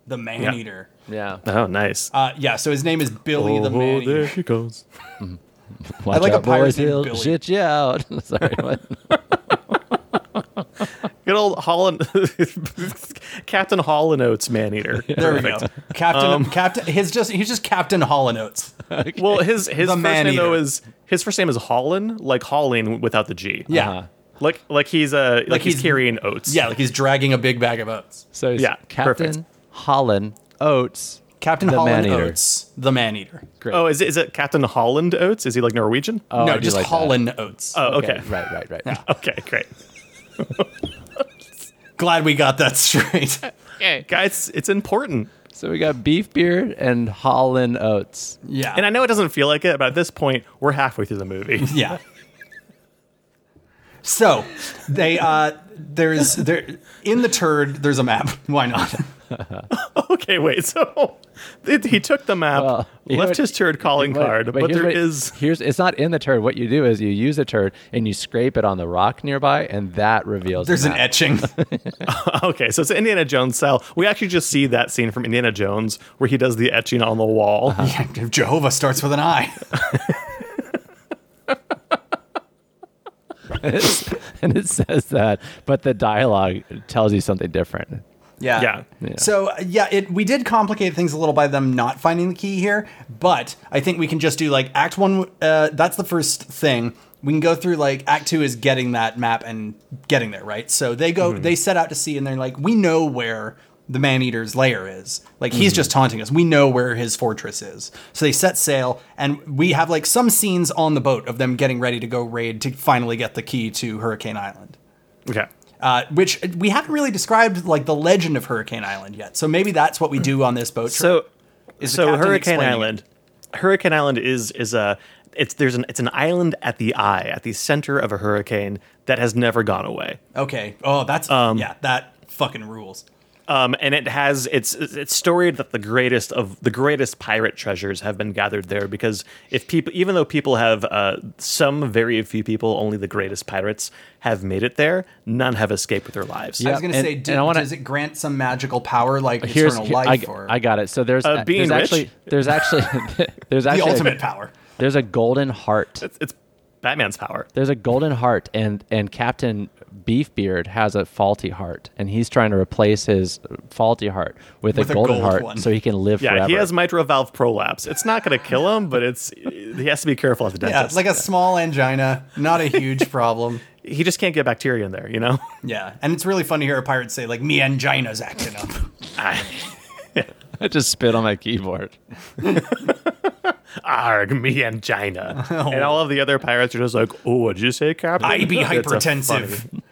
B: the man eater.
C: Yeah.
D: Oh, nice.
B: Uh, yeah, so his name is Billy
D: Oh,
C: Oh,
B: the Man Eater.
D: she goes.
C: Watch
B: like a
C: out,
B: pirate
C: boys.
B: named
C: He'll
B: Billy.
C: shit you out. Sorry. What?
D: Good old Holland, Captain Hall and Oates man eater.
B: There we go. Captain
C: Um,
B: Captain his just he's just Captain Hall and Oates.
D: Well, his his
B: The
D: first
B: man
D: name though
B: eater.
D: is his first name is Holland, like Hauling without the G.
B: Yeah.
C: Uh-huh.
D: like like he's uh like, he's,
B: he's-
D: carrying oats.
B: Yeah, like he's dragging a big bag of oats.
C: So it's
D: Yeah,
C: Captain
D: perfect.
C: Holland Oates.
B: Captain
C: the
B: Hall and
C: man-eater.
B: Oates, the man eater.
C: Great.
D: Oh, is it is it Captain Holland Oats? Is he like Norwegian?
C: Oh, I
B: no,
C: do
B: just
C: like that.
B: Hall and Oates.
D: oh, okay.
C: Right, right, right.
D: Okay, great.
B: Glad we got that straight.
D: Guys, it's important.
C: So we got beef beer and Holland oats.
B: Yeah.
D: And I know it doesn't feel like it, but at this point, we're halfway through the movie.
B: Yeah. So they uh there is there in the turd there's a map. Why not?
D: okay, wait. So it, he took the map,
C: Well, you know
D: left
C: what-
D: his turd calling card, but,
C: here's
D: there
C: what-
D: is
C: here's it's not in the turd. What you do is you use the turd and you scrape it on the rock nearby, and that reveals
B: There's
C: the
B: an
C: map.
B: etching.
D: okay. So it's an Indiana Jones cell. We actually just see that scene from Indiana Jones where he does the etching on the wall.
B: Yeah, Jehovah starts with an I.
C: and it says that, but the dialogue tells you something different.
B: Yeah.
D: Yeah.
C: Yeah.
B: So uh, yeah, it we did complicate things a little by them not finding the key here, but I think we can just do like act 1 uh that's the first thing. We can go through like act 2 is getting that map and getting there, right? So they go they set out to sea and they're like we know where the man-eater's lair is. Like he's just taunting us. We know where his fortress is. So they set sail and we have like some scenes on the boat of them getting ready to go raid to finally get the key to Hurricane Island
D: Okay.
B: uh, which we haven't really described like the legend of Hurricane Island yet. So maybe that's what we do on this boat trip.
D: So,
B: the
D: so
B: captain
D: Hurricane
B: explaining
D: Island. Hurricane Island is is a it's there's an it's an island at the eye at the center of a hurricane that has never gone away.
B: okay. Oh, that's
C: Um,
B: yeah, that fucking rules.
D: Um, and it has it's it's storied that the greatest of the greatest pirate treasures have been gathered there because if people even though people have uh, some very few people only the greatest pirates have made it there none have escaped with their lives.
B: I
C: Yeah,
B: was gonna
C: and-
B: say, do,
C: and I wanna-
B: does it grant some magical power like
C: Here's
B: eternal
C: here- I,
B: life or
C: I got it. So there's,
D: Uh, being
C: there's
D: rich?
C: actually there's actually there's
B: the
C: actually a-
B: ultimate power?
C: there's a golden heart.
D: It's, it's Batman's power.
C: There's a golden heart, and and Captain Beefbeard has a faulty heart, and he's trying to replace his faulty heart with,
B: With
C: a
B: a
C: golden
B: gold
C: heart,
B: one.
C: so he can live
D: Yeah,
C: forever.
D: he has mitral valve prolapse. It's not going to kill him, but it's he has to be careful at the
B: Yeah,
D: dentist.
B: like a small angina, not a huge problem.
D: he just can't get bacteria in there, you know?
B: Yeah, and it's really fun to hear a pirate say like, "Me angina's acting up."
C: I just spit on my keyboard.
D: Arg, me angina. And all of the other pirates are just like, oh, what'd you say, Captain?
B: Oh. I be
D: It's a
B: hypertensive.
D: funny-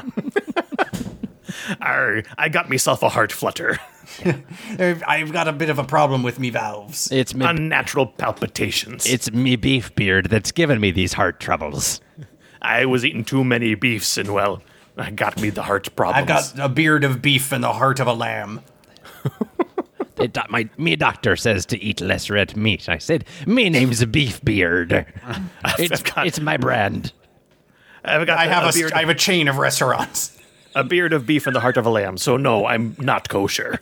D: Arg, I got myself a heart flutter.
B: I've I've got a bit of a problem with me valves.
C: It's me,
D: Unnatural palpitations.
C: it's me beef beard that's giving me these heart troubles.
D: I was eating too many beefs and, well, I got me the heart problems.
B: I've got a beard of beef and the heart of a lamb.
C: The doc- my me doctor says to eat less red meat. I said, "Me name's Beef Beard. it's,
D: got-
C: it's my brand."
D: I've got
B: I have a,
D: a beard,
B: I have a chain of restaurants.
D: a beard of beef and the heart of a lamb, so no, I'm not kosher.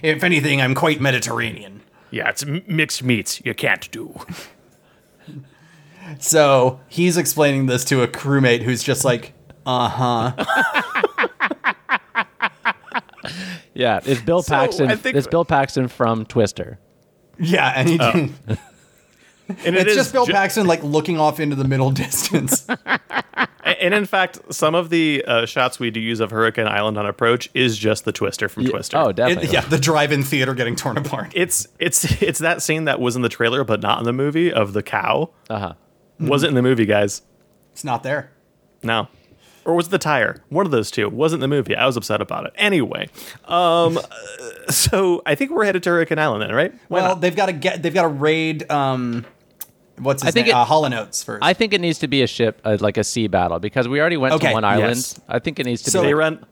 B: If anything, I'm quite Mediterranean.
D: yeah, it's m- mixed meats. You can't do.
B: So he's explaining this to a crewmate who's just like,
C: Yeah, it's Bill
D: So,
C: Paxton.
D: I think-
C: it's Bill Paxton from Twister.
B: yeah, and he,
D: And it
B: it's
D: is
B: just Bill
D: ju-
B: Paxton like looking off into the middle distance.
D: And in fact, some of the uh, shots we do use of Hurricane Island on approach is just the Twister from Twister.
C: Oh, definitely.
B: It- yeah, the drive-in theater getting torn apart.
D: It's it's it's that scene that was in the trailer but not in the movie of the cow.
C: Uh huh.
D: Wasn't in the movie, guys.
B: It's not there.
D: No. Or was it the tire? One of those two. Wasn't the movie. I was upset about it. Anyway, um, uh, so I think we're headed to Hurricane Island then, right? Why
B: Well,
D: not?
B: they've got to get. They've got to raid. Um, what's his
C: I think
B: name?
C: it-
B: uh, Hall and Oates first.
C: I think it needs to be a ship, uh, like a sea battle, because we already went
B: Okay,
C: to one island.
B: yes.
C: I think it needs to
B: So-
C: be.
D: they
C: like-
D: run.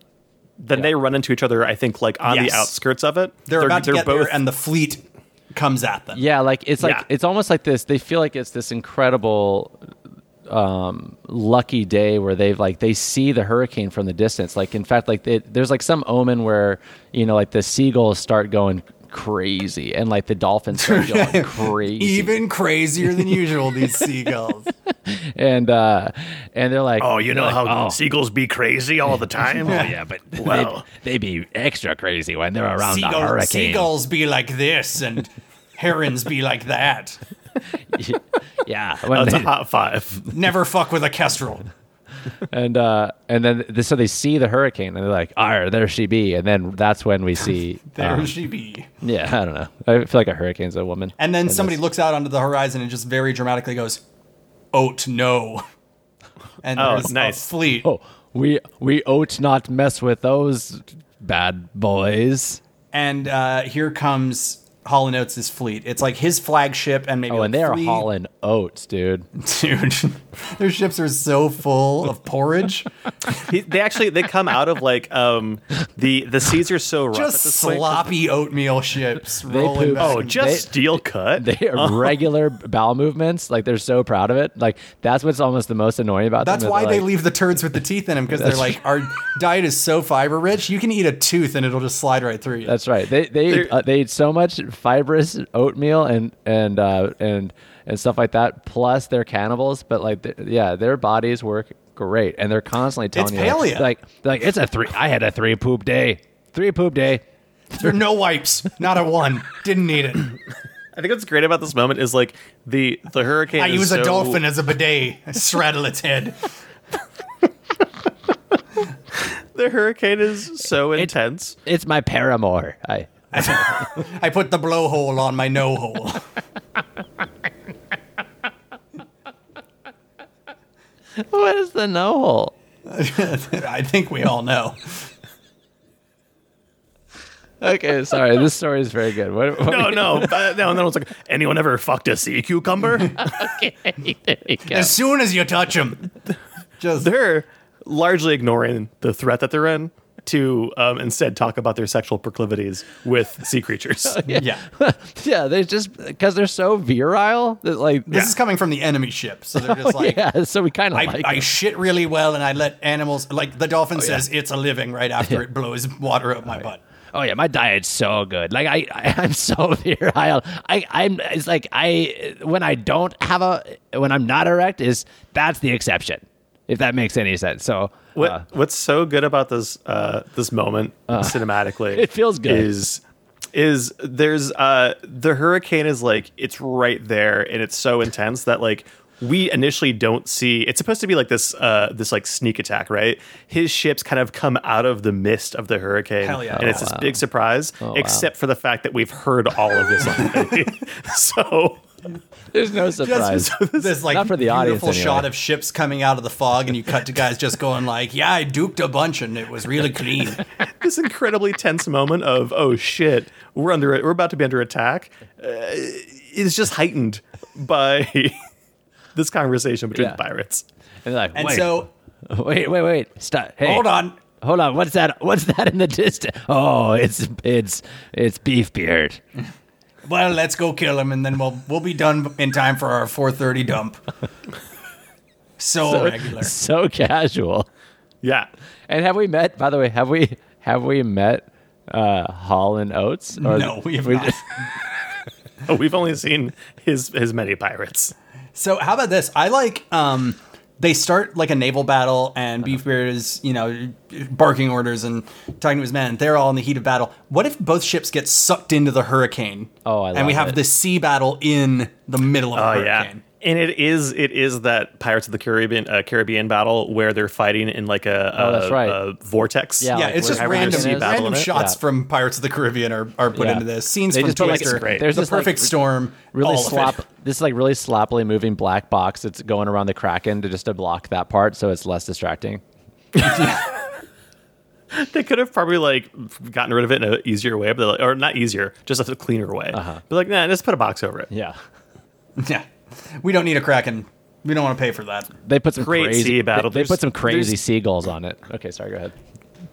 D: Then they run into each other. I think like on
B: Yes.
D: the outskirts of it.
B: they're, about to get there, and the fleet comes at them.
C: yeah, like it's like
D: Yeah.
C: it's almost like this. They feel like it's this incredible, um, lucky day where they've like they see the hurricane from the distance. Like in fact, like it, there's like some omen where you know like the seagulls start going crazy and like the dolphins start going crazy.
B: Even crazier than usual, these seagulls.
C: and uh and they're like
D: oh, you know
C: they're like,
D: how
C: "Oh,
D: seagulls be crazy all the time. oh
C: yeah but they-
D: Well.
C: they, be extra crazy when they're around
B: Seagull-
C: the hurricane
B: seagulls be like this, and herons be like that.
C: yeah when
D: That's a
C: they,
D: hot five.
B: Never fuck with a kestrel.
C: and uh and then th- so they see the hurricane and they're like ah there she be and then that's when we see
B: There
C: um,
B: she be.
C: yeah i don't know i feel like a hurricane's a woman
B: And then
C: this.
B: somebody looks out onto the horizon and just very dramatically goes, "Oat no," and
D: Oh,
B: there's
D: nice.
B: a fleet.
C: oh we we ought not mess with those bad boys
B: And uh, here comes Hall and Oates' fleet. It's like his flagship and maybe
C: oh and
B: like
C: they're
B: three-
C: hauling oats dude
B: dude. Their ships are so full of porridge,
D: He- they actually they come out of like um the the Caesar's so rough.
B: just
D: at this point.
B: sloppy oatmeal ships rolling
C: poop-
B: back.
D: Oh,
B: and-
D: just
C: They-
D: steel cut.
C: they are regular bowel movements. Like they're so proud of it. Like that's what's almost the most annoying about
B: That's
C: them. is
B: why
C: they're
B: they
C: like-
B: leave the turds with the teeth in them because they're like, our diet is so fiber rich, you can eat a tooth and it'll just slide right through you.
C: That's right. They they
D: They're-
C: uh, they eat so much fibrous oatmeal and and uh, and and stuff like that. Plus they're cannibals, but like th- yeah, their bodies work great, and they're constantly telling
B: It's
C: you like-
B: paleo.
C: Like, they're like it's a three. I had a three poop day. Three poop day.
B: there are no wipes, not a one. Didn't need it.
D: I think what's great about this moment is like the the hurricane.
B: I
D: is
B: use a
D: so-
B: dolphin as a bidet, I straddle its head.
D: The hurricane is so intense.
C: It's my paramour. I
B: I put the blowhole on my no hole.
C: what is the no hole?
B: I think we all know.
C: Okay, sorry. This story is very good. What, what
D: no, no, uh, no. And then it's like, anyone ever fucked a sea cucumber?
C: there you go.
B: As soon as you touch them, just
D: they're largely ignoring the threat that they're in to um, instead talk about their sexual proclivities with sea creatures.
B: yeah.
C: yeah, they just because they're so virile that like
B: This is coming from the enemy ship, so they're just like,
C: yeah. So we kind of
B: I,
C: like
B: I
C: it.
B: shit really well, and I let animals like the dolphin says it's a living right after it blows water up my butt.
C: oh yeah, my diet's so good. Like I, I I'm so virile. I I'm it's like I when I don't have a when I'm not erect is that's the exception. If that makes any sense. So
D: What
C: uh,
D: What's so good about this uh, this moment cinematically?
C: Ah. It feels good.
D: Is is there's uh the hurricane is like it's right there and it's so intense that like we initially don't see it's supposed to be like this uh this like sneak attack, right? His ships kind of come out of the mist of the hurricane.
B: Hell yeah.
D: And it's
B: Oh,
D: this big surprise,
C: wow.
D: except for the fact that we've heard all of this already. so
C: There's no
B: That's
C: surprise.
B: this like
C: Not for the
B: beautiful
C: audience, anyway.
B: shot of ships coming out of the fog, and you cut to guys just going like, "Yeah, I duked a bunch, and it was really clean."
D: this incredibly tense moment of oh shit we're under we're about to be under attack uh, is just heightened by this conversation between
C: Yeah.
D: the pirates
C: And, like,
B: And
C: wait,
B: so,
C: wait, wait, wait. Stop. Hey,
B: hold on,
C: Hold on. What's that? What's that in the distance? Oh, it's it's it's beef beard.
B: well, let's go kill him, and then we'll we'll be done in time for our 4:30 dump. So, regular.
C: So casual.
D: yeah
C: And have we met? By the way, have we have we met uh, Hall and Oates? Or-
B: No, we have not.
D: oh, we've only seen his his many pirates
B: So how about this? I like um they start like a naval battle
C: Uh-huh.
B: and Beefbeard is, you know, barking orders and talking to his men. They're all in the heat of battle. What if both ships get sucked into the hurricane?
C: Oh, I
B: And we
C: love
B: have
C: it.
B: the sea battle in the middle of
D: oh
B: the
D: yeah
B: hurricane.
D: and it is it is that pirates of the caribbean uh, caribbean battle where they're fighting in like a,
C: Oh, that's
D: a-
C: right.
D: a vortex
C: Yeah,
B: Yeah,
C: like
B: it's
C: we're
B: just
C: having a
B: random,
C: sea battle
B: random
D: in it?
B: shots
C: Yeah.
B: from Pirates of the Caribbean are, are put
C: Yeah.
B: into this. Scenes
C: They
B: from
C: just put, like,
B: Twister,
D: great.
C: there's
B: the
C: this, like,
B: perfect storm,
C: really
B: all of it.
C: slop this like really sloppily moving black box that's going around the kraken to just to block that part so it's less distracting
D: they could have probably like gotten rid of it in an easier way but they're like, or not easier just a cleaner way
C: Uh-huh.
D: but like nah just put a box over it
C: yeah
B: Yeah, we don't need a kraken. We don't want to pay for that.
C: they put some
D: Great
C: crazy
D: sea battle.
C: they, they put
D: There's-
C: some crazy
D: there's-
C: seagulls on it okay sorry go ahead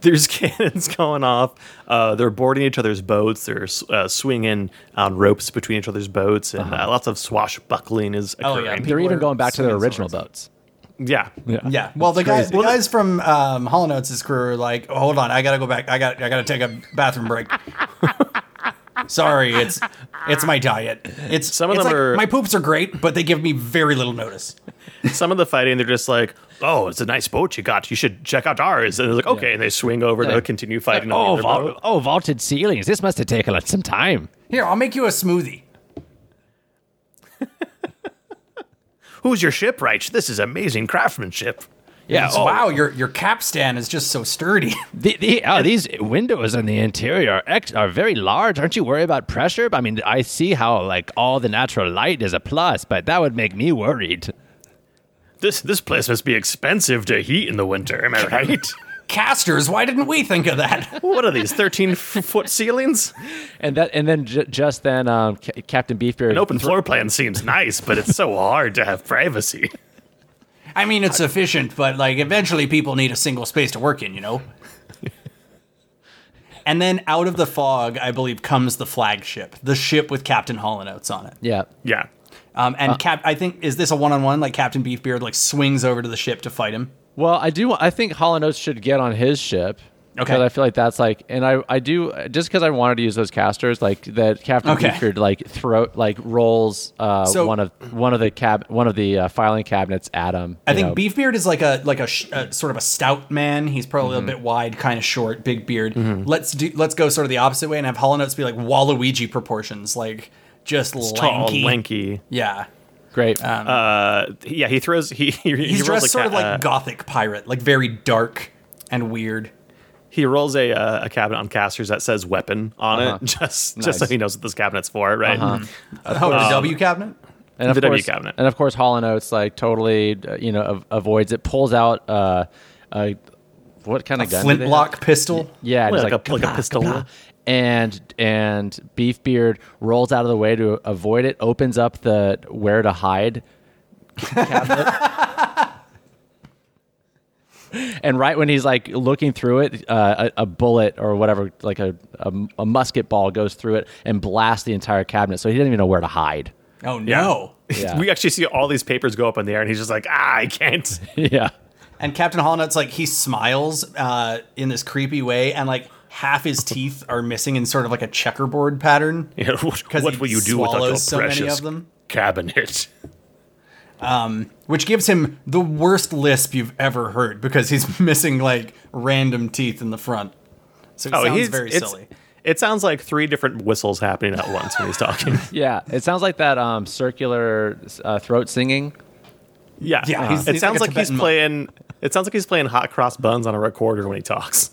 D: there's cannons going off. Uh, they're boarding each other's boats. They're uh, swinging on ropes between each other's boats, and uh lots of swashbuckling is
B: Oh, yeah.
D: occurring.
C: they're
B: People
C: even
B: are
C: going back to their
B: swinging
C: original
B: swords.
C: boats
D: yeah.
B: Yeah. Well, the guys,
D: crazy.
B: the guys from um, Hall and Oates' crew are like, oh, hold on, I gotta go back. I got, I gotta take a bathroom break. Sorry, it's it's my diet. It's
D: Some of
B: it's
D: them
B: like,
D: are-
B: my poops are great, but they give me very little notice.
D: Some of the fighting, they're just like, "Oh, it's a nice boat you got. You should check out ours." And they're like, "Okay," and they swing over to continue fighting.
C: oh
D: on the other
C: vault,
D: boat.
C: oh vaulted ceilings this must have taken us some time
B: Here, I'll make you a smoothie.
D: who's your shipwright? This is amazing craftsmanship.
C: yeah
B: It's,
C: oh,
B: Wow, your your capstan is just so sturdy.
C: The, the, oh, these windows on the interior are, ex- are very large. Aren't you worried about pressure? I mean, I see how like all the natural light is a plus, but that would make me worried.
D: This this place must be expensive to heat in the winter. Am I right?
B: Casters, why didn't we think of that?
D: what are these thirteen foot ceilings?
C: And that, and then j- just then, um, C- Captain Beefbeard.
D: An open floor plan seems nice, but it's so hard to have privacy.
B: I mean, it's efficient, but like eventually people need a single space to work in, you know. And then out of the fog, I believe, comes the flagship, the ship with Captain Hall and Oates on it.
C: Yeah,
D: Yeah.
B: Um,
D: Uh.
B: and Cap, I think is this a one on one? Like Captain Beefbeard like swings over to the ship to fight him.
C: Well, I do. I think Hall and Oates should get on his ship.
B: Okay.
C: 'Cause I feel like that's like, and I, I do just because I wanted to use those casters, like that Captain
B: Okay.
C: Beefbeard, like throw, like rolls uh,
B: So-
C: one of one of the cab, one of the uh, filing cabinets at him.
B: I
C: you
B: think
C: know.
B: Beefbeard is like a like a, sh- a sort of a stout man. He's probably
D: Mm-hmm.
B: a bit wide, kind of short, big beard. Let's do let's go sort of the opposite way and have Hollow Notes be like Waluigi proportions, like just
D: tall,
B: lanky.
D: lanky. lanky.
B: Yeah,
C: great.
D: Uh, yeah, he throws. He, he
B: he's
D: he rolls
B: dressed
D: a
B: sort
D: ca-
B: of like
D: uh,
B: gothic pirate, like very dark and weird.
D: he rolls a uh, a cabinet on casters that says weapon on it, just just so
C: Nice.
D: he knows what this cabinet's for, right?
B: Oh, the W cabinet.
C: and
D: The W
C: course,
D: cabinet.
C: And of course, Hall and Oates like totally, uh, you know, av- avoids it. Pulls out uh, a what kind of gun? do they have?
B: Flintlock pistol.
C: Yeah, and
D: Well,
C: it's
D: like a- like a pistol.
C: And and Beefbeard rolls out of the way to avoid it. Opens up the where to hide cabinet. And right when he's like looking through it, uh, a, a bullet or whatever, like a, a, a musket ball, goes through it and blasts the entire cabinet. So he doesn't even know where to hide.
B: Oh no.
C: Yeah.
D: we actually see all these papers go up in the air, and he's just like, ah, I can't.
C: yeah.
B: And Captain Hallnut's like he smiles uh, in this creepy way, and like half his teeth are missing in sort of like a checkerboard pattern.
D: You know, what
B: he
D: what will you do without your
B: swallows so many
D: precious
B: of them?
D: cabinet?
B: which gives him the worst lisp you've ever heard because he's missing like random teeth in the front. So it sounds very
D: Oh, it's-
B: silly.
D: It sounds like three different whistles happening at once when he's talking.
C: Yeah, it sounds like that um, circular uh, throat singing
D: Yeah,
B: Yeah, he's-
D: it
B: he's
D: sounds
B: like a
D: like he's
B: Tibetan monk.
D: playing. It sounds like he's playing hot cross buns on a recorder when he talks.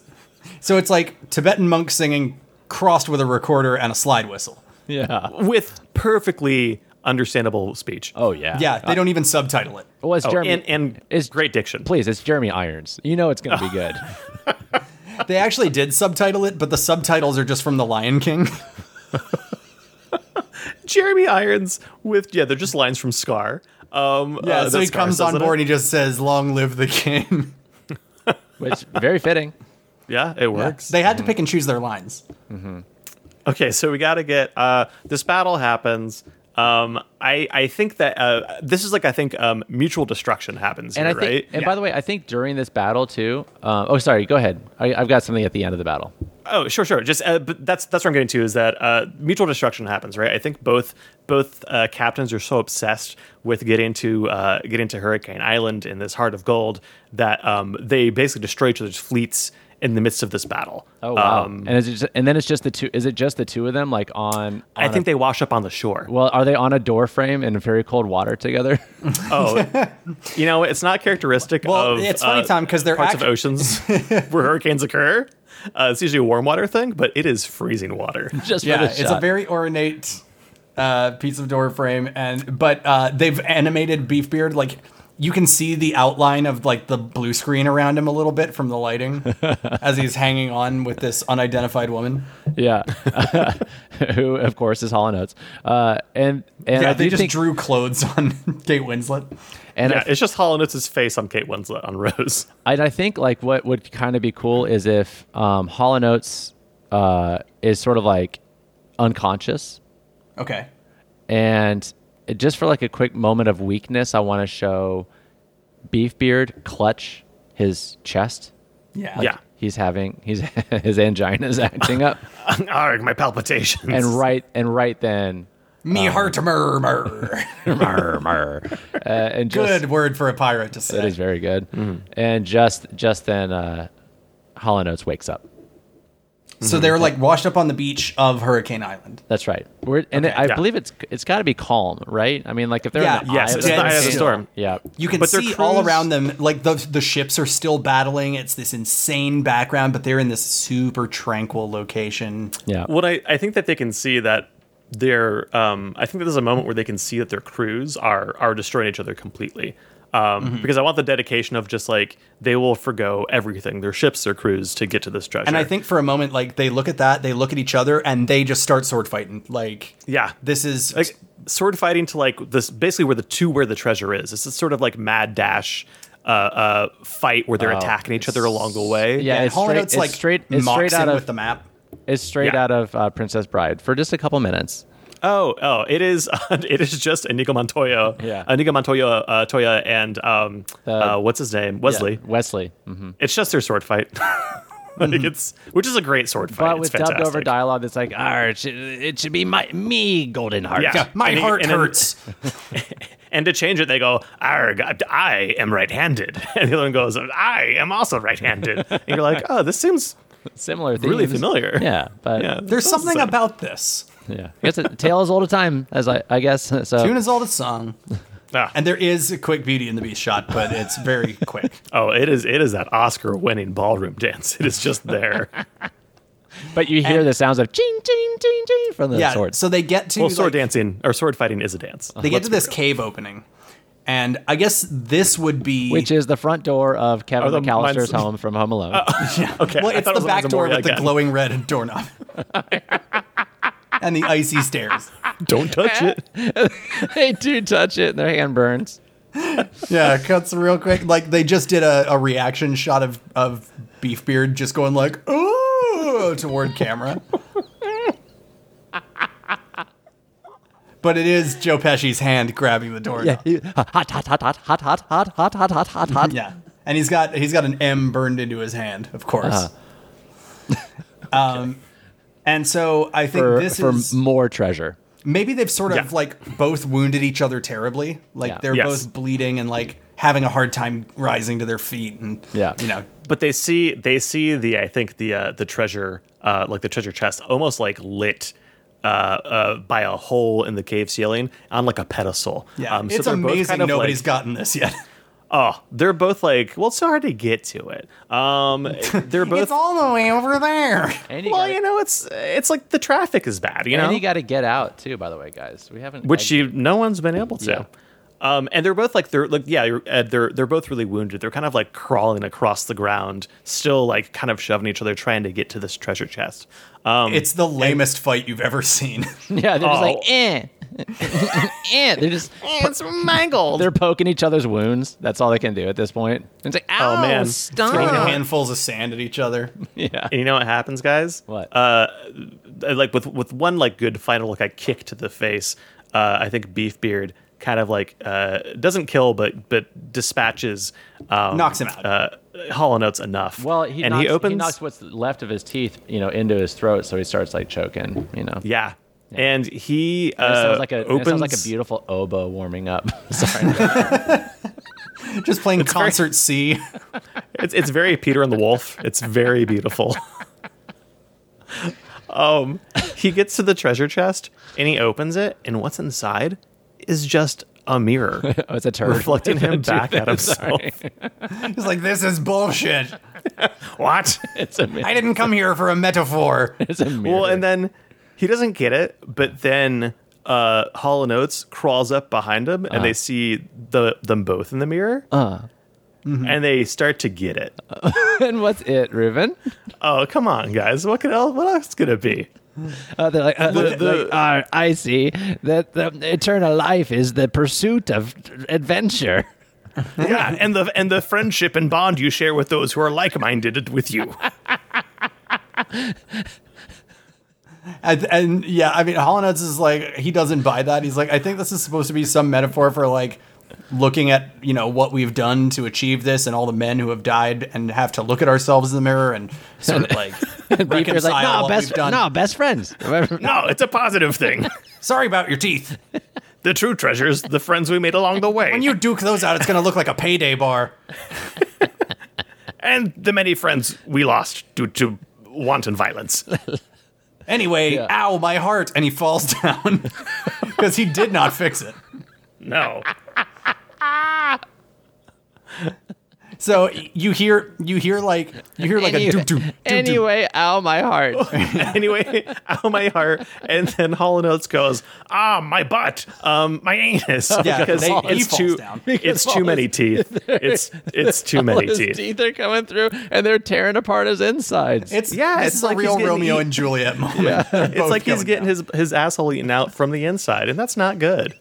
B: So it's like Tibetan monk singing crossed with a recorder and a slide whistle.
C: Yeah.
D: with perfectly understandable speech.
C: Oh yeah.
B: Yeah, they don't even subtitle it.
C: Well, it's
D: Oh,
C: Jeremy.
D: and and
C: it's
D: great diction.
C: Please, it's Jeremy Irons. You know it's going to be good.
B: They actually did subtitle it, but the subtitles are just from The Lion King.
D: Jeremy Irons with yeah, they're just lines from Scar. Um,
B: Yeah,
D: uh,
B: so
D: that
B: he
D: Scar
B: comes
D: says
B: on
D: in
B: board
D: it.
B: and he just says, "Long live the king."
C: which very fitting.
D: Yeah, it works.
B: they had to pick and choose their lines.
D: Okay, so we got to get uh, this battle happens. Um, I I think that uh, this is like I think um, mutual destruction happens
C: And I
D: here,
C: think,
D: right?
C: and by the way, I think during this battle too. Uh, oh, sorry. Go ahead. I, I've got something at the end of the battle.
D: Oh, sure, sure. Just uh, but that's that's what I'm getting to is that uh, mutual destruction happens, right? I think both both uh, captains are so obsessed with getting to uh, getting to Hurricane Island in this Heart of Gold that um, they basically destroy each other's fleets in the midst of this battle.
C: Oh wow.
D: Um,
C: and is it just, and then it's just the two. Is it just the two of them? Like on?
D: I
C: on
D: think
C: a,
D: they wash up on the shore.
C: Well, are they on a door frame in very cold water together?
D: Oh, you know, it's not characteristic
B: Well,
D: of
B: it's funny,
D: uh,
B: Tom, 'cause they're
D: parts
B: act-
D: of oceans where hurricanes occur. Uh, it's usually a warm water thing, but it is freezing water.
C: just for
B: Yeah,
C: the
B: it's
C: shot.
B: a very ornate uh, piece of door frame, and but uh, they've animated Beefbeard like you can see the outline of like the blue screen around him a little bit from the lighting as he's hanging on with this unidentified woman.
C: yeah. Who of course is Hollow Notes. Uh, and and
B: yeah,
C: I
B: they
C: do
B: just
C: think
B: drew clothes on Kate Winslet.
C: and I
D: yeah, it's just Hollow Knowles' face on Kate Winslet on Rose.
C: And I think like what would kind of be cool is if um, Hollow Notes uh, is sort of like unconscious,
B: Okay.
C: and it- just for like a quick moment of weakness, I want to show Beefbeard clutch his chest.
B: Yeah.
D: Yeah.
C: He's having he's his angina is acting up,
D: Arg, my palpitations.
C: and right and right then, Um,
B: Me heart murmur.
C: murr, murr, uh, and just,
B: Good Mm-hmm. word for a pirate to say.
C: That is very good. And just just then, uh, Hollow Notes wakes up.
B: So they're like washed up on the beach of Hurricane Island.
C: That's right. We're, and it- I
D: yeah.
C: believe it's it's got to be calm, right? I mean, like if they're
B: Yeah.
C: in the
D: Yes,
C: eye
D: it's
C: of
D: the eye of the
B: Still.
D: storm.
C: Yeah,
B: You can
D: But their
B: see all
D: crews-
B: around them, like the the ships are still battling. It's this insane background, but they're in this super tranquil location.
C: yeah.
D: What I, I think that they can see that their um, I think that there's a moment where they can see that their crews are are destroying each other completely. Um,
B: Mm-hmm.
D: Because I want the dedication of just like they will forgo everything, their ships, their crews, to get to this treasure.
B: And I think for a moment, like they look at that, they look at each other, and they just start sword fighting. Like,
D: yeah,
B: this is
D: like sword fighting to like this basically where the two where the treasure is. It's this sort of like mad dash uh, uh, fight where they're attacking each other along the way.
C: yeah, it's
B: Hollow
C: straight,
B: Note's,
C: it's
B: like
C: straight, it's
B: mocks
C: straight out
B: him
C: of
B: with the map.
C: it's straight
D: Yeah.
C: out of uh, Princess Bride for just a couple minutes.
D: Oh, oh, it is. it is just Inigo Montoya.
C: Yeah.
D: Inigo Montoya, uh, Toya, and um, uh, what's his name, Wesley.
C: Wesley, hmm
D: It's just their sword fight. like
B: Mm-hmm.
D: it's, which is a great sword fight.
C: but
D: it's
C: with
D: fantastic.
C: dubbed over dialogue, that's like, ah, it should, it should be my me Golden Heart.
D: Yeah.
B: Yeah, my
D: And he-
B: heart
D: and then-
B: hurts.
D: And to change it, they go, "Arg, I am right-handed," and the other one goes, "I am also right-handed." and you're like, "Oh, this seems
C: similar,
D: really
C: themes.
D: familiar."
C: Yeah, but
D: yeah.
C: yeah,
B: There's
D: this is
B: something
D: the same.
B: about this.
C: yeah. It's a tale as old as time, as I, I guess. So
B: Tune is all the song,
D: Ah.
B: and there is a quick Beauty and the Beast shot, but it's very quick.
D: oh, it is. It is that Oscar-winning ballroom dance. It is just there.
C: But you hear the sounds of ching, ching, ching, ching from the
B: yeah,
C: sword.
B: so they get to
D: well, sword
B: like,
D: dancing or sword fighting is a dance.
B: They get
D: Let's
B: to
D: be
B: this cave opening, and I guess this would be
C: which is the front door of Kevin
D: Oh, the-
C: McAllister's
D: mine's-
C: home from Home Alone.
D: Okay,
B: well,
D: I
B: it's
D: thought it
B: the
D: was
B: back door
D: Moria
B: with the
D: again.
B: glowing red doorknob and the icy stairs.
D: Don't touch it.
C: they do touch it, and their hand burns.
B: Yeah, it cuts real quick. Like they just did a, a reaction shot of of Beefbeard just going like ooh toward camera. But it is Joe Pesci's hand grabbing the doorknob.
C: Yeah, he- hot, hot, hot, hot, hot, hot, hot, hot, hot, hot, hot, hot.
B: Yeah, and he's got he's got an M burned into his hand, of course.
C: Uh-huh.
B: um, and so I think
C: For,
B: this
C: for
B: is
C: more treasure.
B: maybe they've sort of
D: Yeah.
B: like both wounded each other terribly. Like
C: Yeah.
B: they're
D: Yes.
B: both bleeding and like having a hard time rising to their feet, and
C: Yeah.
B: you know,
D: But they see they see the I think the uh, the treasure uh, like the treasure chest almost like lit uh, uh, by a hole in the cave ceiling on like a pedestal.
B: Yeah,
D: Um, so
B: it's
D: they're both
B: amazing
D: kind of,
B: nobody's
D: like-
B: gotten this yet.
D: Oh, they're both like. Well, it's so hard to get to it. Um, they're both.
B: all the way over there.
C: And you
D: well,
C: gotta-
D: you know, it's it's like the traffic is bad. You know,
C: And you got to get out too, by the way, guys. We haven't.
D: which
C: I-
D: you no one's been able to.
C: Yeah.
D: Um, and they're both like they're like yeah you're- uh, they're they're both really wounded. They're kind of like crawling across the ground, still like kind of shoving each other, trying to get to this treasure chest. Um,
B: It's the lamest fight you've ever seen.
C: yeah, they're just
D: Oh.
C: like eh, eh. They're just
D: it's mangled.
C: they're poking each other's wounds. That's all they can do at this point. And it's like, ow,
D: Oh, man.
B: Throwing
C: stop.
B: handfuls of sand at each other.
C: Yeah.
D: And you know what happens, guys?
C: What?
D: Uh, like with with one like good final like a kick to the face. Uh, I think Beefbeard kind of like uh, doesn't kill, but but dispatches. Um,
B: Knocks him out.
D: Uh, Hollow Notes enough.
C: Well, he
D: and
C: knocks,
D: he opens.
C: knocks what's left of his teeth, you know, into his throat, so he starts like choking. You know.
D: yeah. And he uh,
C: It sounds like a
D: opens
C: it sounds like a beautiful oboe warming up. Sorry.
B: Just playing concert C.
D: It's it's very Peter and the Wolf. It's very beautiful. um, he gets to the treasure chest and he opens it, and what's inside is just a mirror
C: oh, it's a turd.
D: reflecting him back at himself.
B: It's like this is bullshit.
D: What?
C: It's a
B: I didn't come here for a metaphor.
C: it's a mirror.
D: Well, and then he doesn't get it, but then uh, Hall and Oates crawls up behind him, and they see the them both in the mirror, and they start to get it.
C: and what's it, Reuben?
D: Oh, come on, guys! What could else? What else could it be?
C: Uh, they're like, uh,
D: The-
C: they're like,
D: the-
C: "Ah, I see that the eternal life is the pursuit of adventure.
D: yeah, and the and the friendship and bond you share with those who are like-minded with you.
B: And, and yeah, I mean, Hollands is like he doesn't buy that. He's like, I think this is supposed to be some metaphor for like looking at you know what we've done to achieve this and all the men who have died and have to look at ourselves in the mirror and sort of like
C: Beefbeard's
B: reconcile
C: like, no,
B: what
C: best,
B: we've done.
C: no, best friends.
D: No, it's a positive thing.
B: Sorry about your teeth.
D: The true treasures, the friends we made along the way,
B: When you duke those out, it's gonna look like a payday bar.
D: and the many friends we lost due to wanton violence.
B: Anyway, ow, my heart, and he falls down because he did not fix it.
D: No.
B: So you hear, you hear like, you hear like a doop doop. doop, doop.
C: anyway, ow, my heart.
D: anyway, ow, my heart. And then Hall & Oates goes, ah, my butt, um, my anus.
B: Yeah,
D: because
B: they- he
D: it's
B: falls
D: too,
B: down.
D: it's too many teeth. It's it's too
C: All
D: many
C: his
D: teeth.
C: teeth are coming through, and they're tearing apart his insides.
B: It's
D: Yeah,
B: yeah, this
D: it's
B: is
D: like
B: a
D: he's
B: real
D: getting
B: Romeo
D: eat-
B: and Juliet moment.
D: It's like he's getting his, his asshole eaten out from the inside, and that's not good.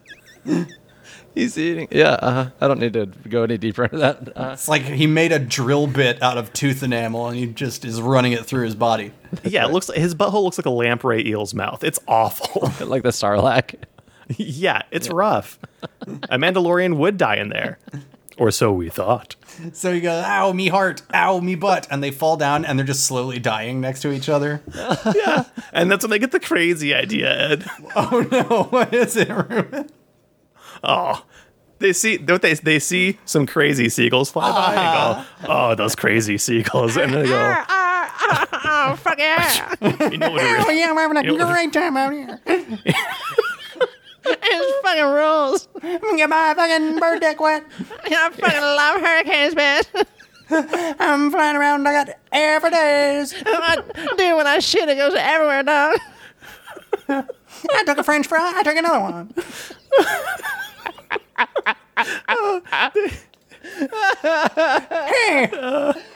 C: He's eating. Yeah, uh, I don't need to go any deeper into that. Uh,
B: It's like he made a drill bit out of tooth enamel and he just is running it through his body.
D: yeah, it looks like his butthole looks like a lamprey eel's mouth. It's awful.
C: like the Sarlacc.
D: yeah, it's rough. A Mandalorian would die in there, or so we thought.
B: So he goes, "Ow, me heart! Ow, me butt!" And they fall down and they're just slowly dying next to each other.
D: Yeah, and that's when they get the crazy idea. Ed.
B: Oh no! What is it, Ruben?
D: Oh, they see don't they? They see some crazy seagulls fly by and go, "Oh, those crazy seagulls!" And then they go,
B: Oh,
A: fuck yeah.
D: "You know what a real-
B: yeah, I'm having a
D: You know-
B: time out here.
A: It's fucking rules.
B: I'm gonna get my fucking bird deck wet.
A: I fucking love hurricanes, man.
B: I'm flying around. I got air for days.
A: Dude, when I shit, it goes everywhere, dog.
B: I took a French fry. I took another one. hey,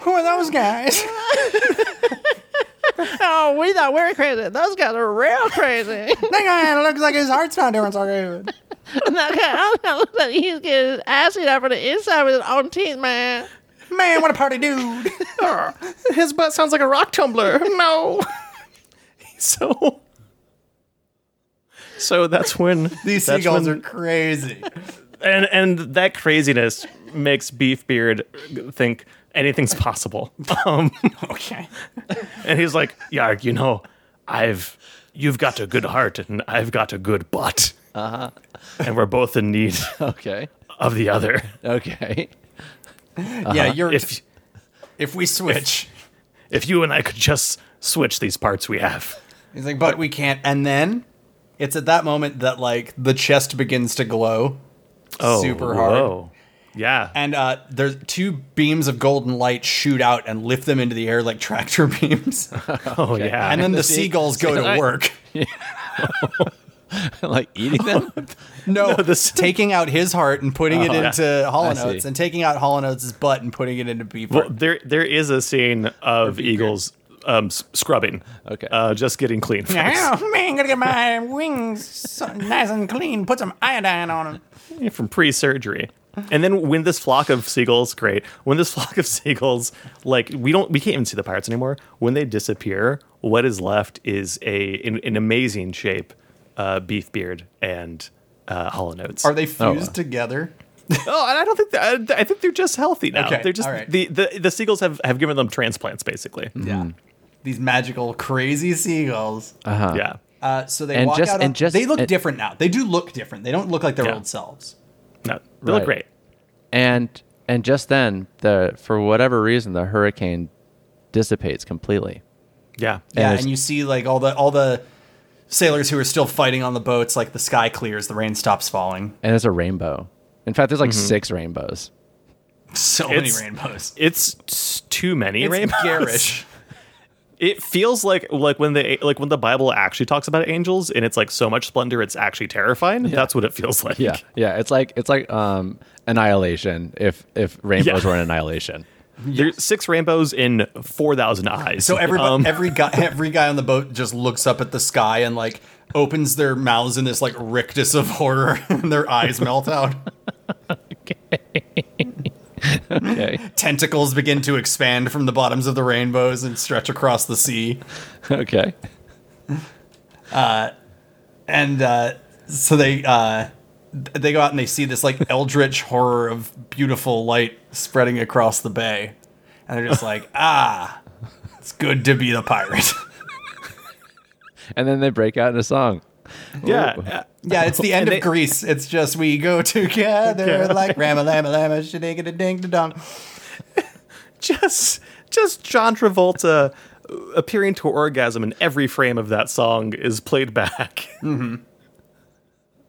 B: who are those guys?
A: Oh, we thought we were crazy. Those guys are real crazy.
B: That guy looks like his heart's not doing so good.
A: And that guy, I don't know, that he's getting his ass eaten out from the inside with his own teeth, man.
B: Man, what a party dude.
D: His butt sounds like a rock tumbler. No. so. So that's when
B: These
D: that's
B: seagulls
D: when- Uh-huh.
B: are crazy.
D: and and that craziness makes Beefbeard think anything's possible. Um,
B: Okay.
D: and he's like, "Yeah, you know, I've you've got a good heart and I've got a good butt, uh-huh. and we're both in need
C: Okay.
D: of the other.
C: Okay.
B: Yeah, you're. If,
D: If
B: we switch,
D: if you and I could just switch these parts we have."
B: he's like, but we can't. And then It's at that moment that like the chest begins to glow
D: Oh,
B: super hard.
D: whoa. Yeah.
B: And uh, there's two beams of golden light shoot out and lift them into the air like tractor beams.
D: oh yeah.
B: and then the seagulls go to work.
C: like eating them.
B: No,
D: this-
B: taking out his heart and putting it
D: yeah.
B: into Hollow
C: Oh, I see.
B: Notes and taking out Hollow Notes' butt and putting it into Beaver.
D: Well, there there is a scene of eagles um, s- scrubbing.
C: Okay.
D: Uh, just getting clean. First.
B: man, gotta get my wings so nice and clean. Put some iodine on them.
D: from pre-surgery. And then when this flock of seagulls, great. When this flock of seagulls, like we don't, we can't even see the pirates anymore. When they disappear, what is left is a an, an amazing shape, uh, beef beard and uh, hollow notes.
B: Are they fused
C: wow.
B: together?
D: oh, and I don't think that, I, I think they're just healthy now.
B: Okay,
D: they're just
B: all right.
D: the, the the seagulls have have given them transplants basically.
C: Hmm.
B: Yeah. These magical, crazy seagulls.
D: Yeah.
B: Uh, so they
C: Uh-huh. And
B: walk
C: just-
B: out. On,
C: and just-
B: they look
C: and-
B: different now. They do look different. They don't look like their
D: Yeah.
B: old selves.
D: No, they
C: Right.
D: look great.
C: and and just then the for whatever reason the hurricane dissipates completely
D: Yeah.
B: Yeah,
C: there's-
B: and you see like all the all the sailors who are still fighting on the boats. Like the sky clears, the rain stops falling.
C: and it's a rainbow in fact there's like six rainbows
B: So
D: It's-
B: many rainbows.
D: It's s- too many
B: It's
D: rainbows.
B: garish.
D: It feels like like when the like when the Bible actually talks about angels and it's like so much splendor it's actually terrifying. That's what it feels like.
C: yeah yeah it's like it's like um annihilation if if rainbows
D: Yeah.
C: were an annihilation
D: There's six rainbows in four thousand eyes.
B: So everybody,
D: Um,
B: every guy, every guy on the boat just looks up at the sky and like opens their mouths in this like rictus of horror, and their eyes melt out.
C: okay
B: Tentacles begin to expand from the bottoms of the rainbows and stretch across the sea.
C: okay
B: and uh, so they uh, th- they go out and they see this like eldritch horror of beautiful light spreading across the bay, and they're just like, ah, it's good to be the pirate.
C: and then they break out in a song
D: yeah,
C: Ooh.
D: uh,
B: yeah, it's the end
D: And
B: of
D: they-
B: Greece. It's just we go together like rama lama lama shadinga ding da dong.
D: just just John Travolta appearing to orgasm in every frame of that song is played back.
B: And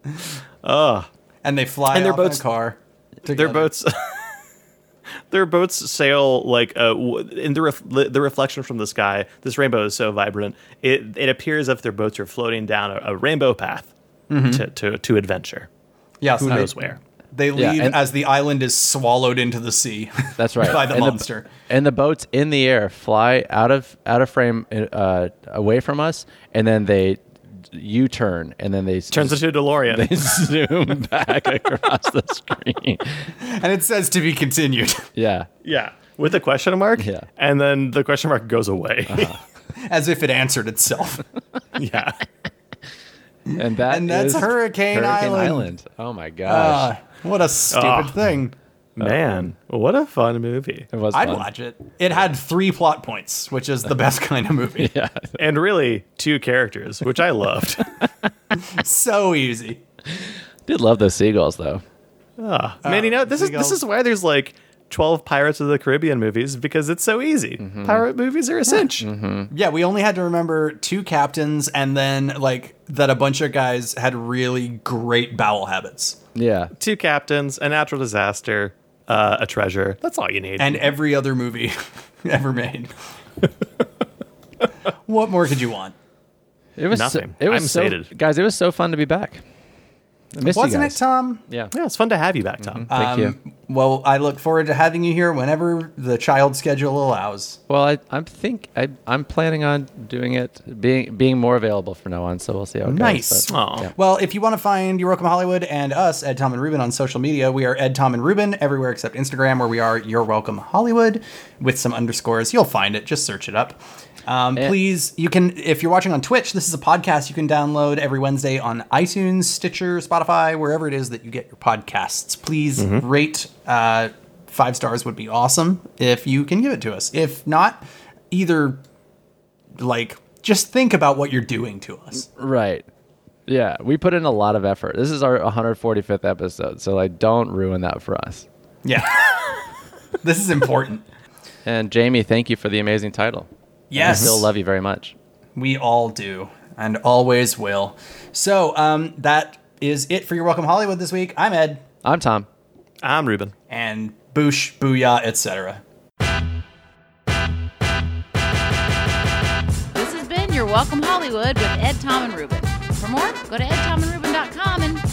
B: they fly and
D: And their
B: off in a
D: boats-
B: car.
D: their
B: together.
D: boats their boats sail like uh, w- in the ref- the the reflection from the sky this rainbow is so vibrant it it appears as if their boats are floating down a, a rainbow path to, to to adventure
B: Yeah, so
D: who
B: they-
D: knows where
B: They
C: Yeah,
B: leave
C: and-
B: as the island is swallowed into the sea.
C: That's right.
B: By the
C: and
B: monster.
C: and the boats in the air fly out of out of frame, uh, away from us, and then they U-turn, and then they s-
D: turns into a DeLorean
C: they zoom back across the screen.
B: and it says to be continued.
C: Yeah,
D: yeah with a question mark
C: Yeah.
D: and then the question mark goes away
B: as if it answered itself.
D: yeah
C: and that
B: And that's
C: is
B: Hurricane Island.
C: Oh my gosh,
B: Ah, what a stupid
D: Ah.
B: thing.
D: man what a fun movie
C: it was.
B: I'd
C: fun.
B: watch it. It had three plot points, which is the best kind of movie.
C: Yeah,
D: and really two characters which i loved
B: So easy.
C: did love those seagulls though.
D: Man, you know
B: Uh,
D: this is
B: Seagulls.
D: this is why there's like twelve Pirates of the Caribbean movies because it's so easy. Pirate movies are a cinch.
B: Yeah, we only had to remember two captains and then like that a bunch of guys had really great bowel habits.
C: Yeah,
D: Two captains, a natural disaster, uh, a treasure. That's all you need.
B: And every other movie ever made. what more could you want?
C: it was.
D: Nothing.
C: So, it was
D: I'm
C: so,
D: sated.
C: guys. It was so fun to be back. I missed you
B: Wasn't it
C: guys.
B: Tom?
C: Yeah,
D: yeah, it's fun to have you back, Tom. Uh,
C: thank you.
B: Well, I look forward to having you here whenever the child schedule allows.
C: Well, I, I think I, I'm planning on doing it, being being more available from now on. So we'll see how it
B: Nice.
C: goes. but-
D: Aw.
C: yeah.
B: Well, if you want to find Your Welcome Hollywood and us, Ed, Tom, and Ruben on social media, we are Ed, Tom, and Ruben everywhere except Instagram, where we are Your Welcome Hollywood with some underscores. You'll find it. Just search it up. Um,
C: And-
B: please, you can, if you're watching on Twitch, this is a podcast you can download every Wednesday on iTunes, Stitcher, Spotify, wherever it is that you get your podcasts. Please
C: Mm-hmm.
B: rate uh, five stars would be awesome if you can give it to us. If not, either like just think about what you're doing to us.
C: Right. Yeah, we put in a lot of effort. This is our 145th episode, so like, don't ruin that for us.
B: Yeah. this is important.
C: And Jamie, thank you for the amazing title.
B: Yes.
C: I still love you very much.
B: We all do. and always will. So um, that is it for your Welcome Hollywood this week. I'm Ed,
C: I'm Tom.
D: I'm Ruben.
B: and boosh, booyah, etc.
A: This has been your Welcome Hollywood with Ed, Tom, and Ruben. For more, go to edtomandruben.com and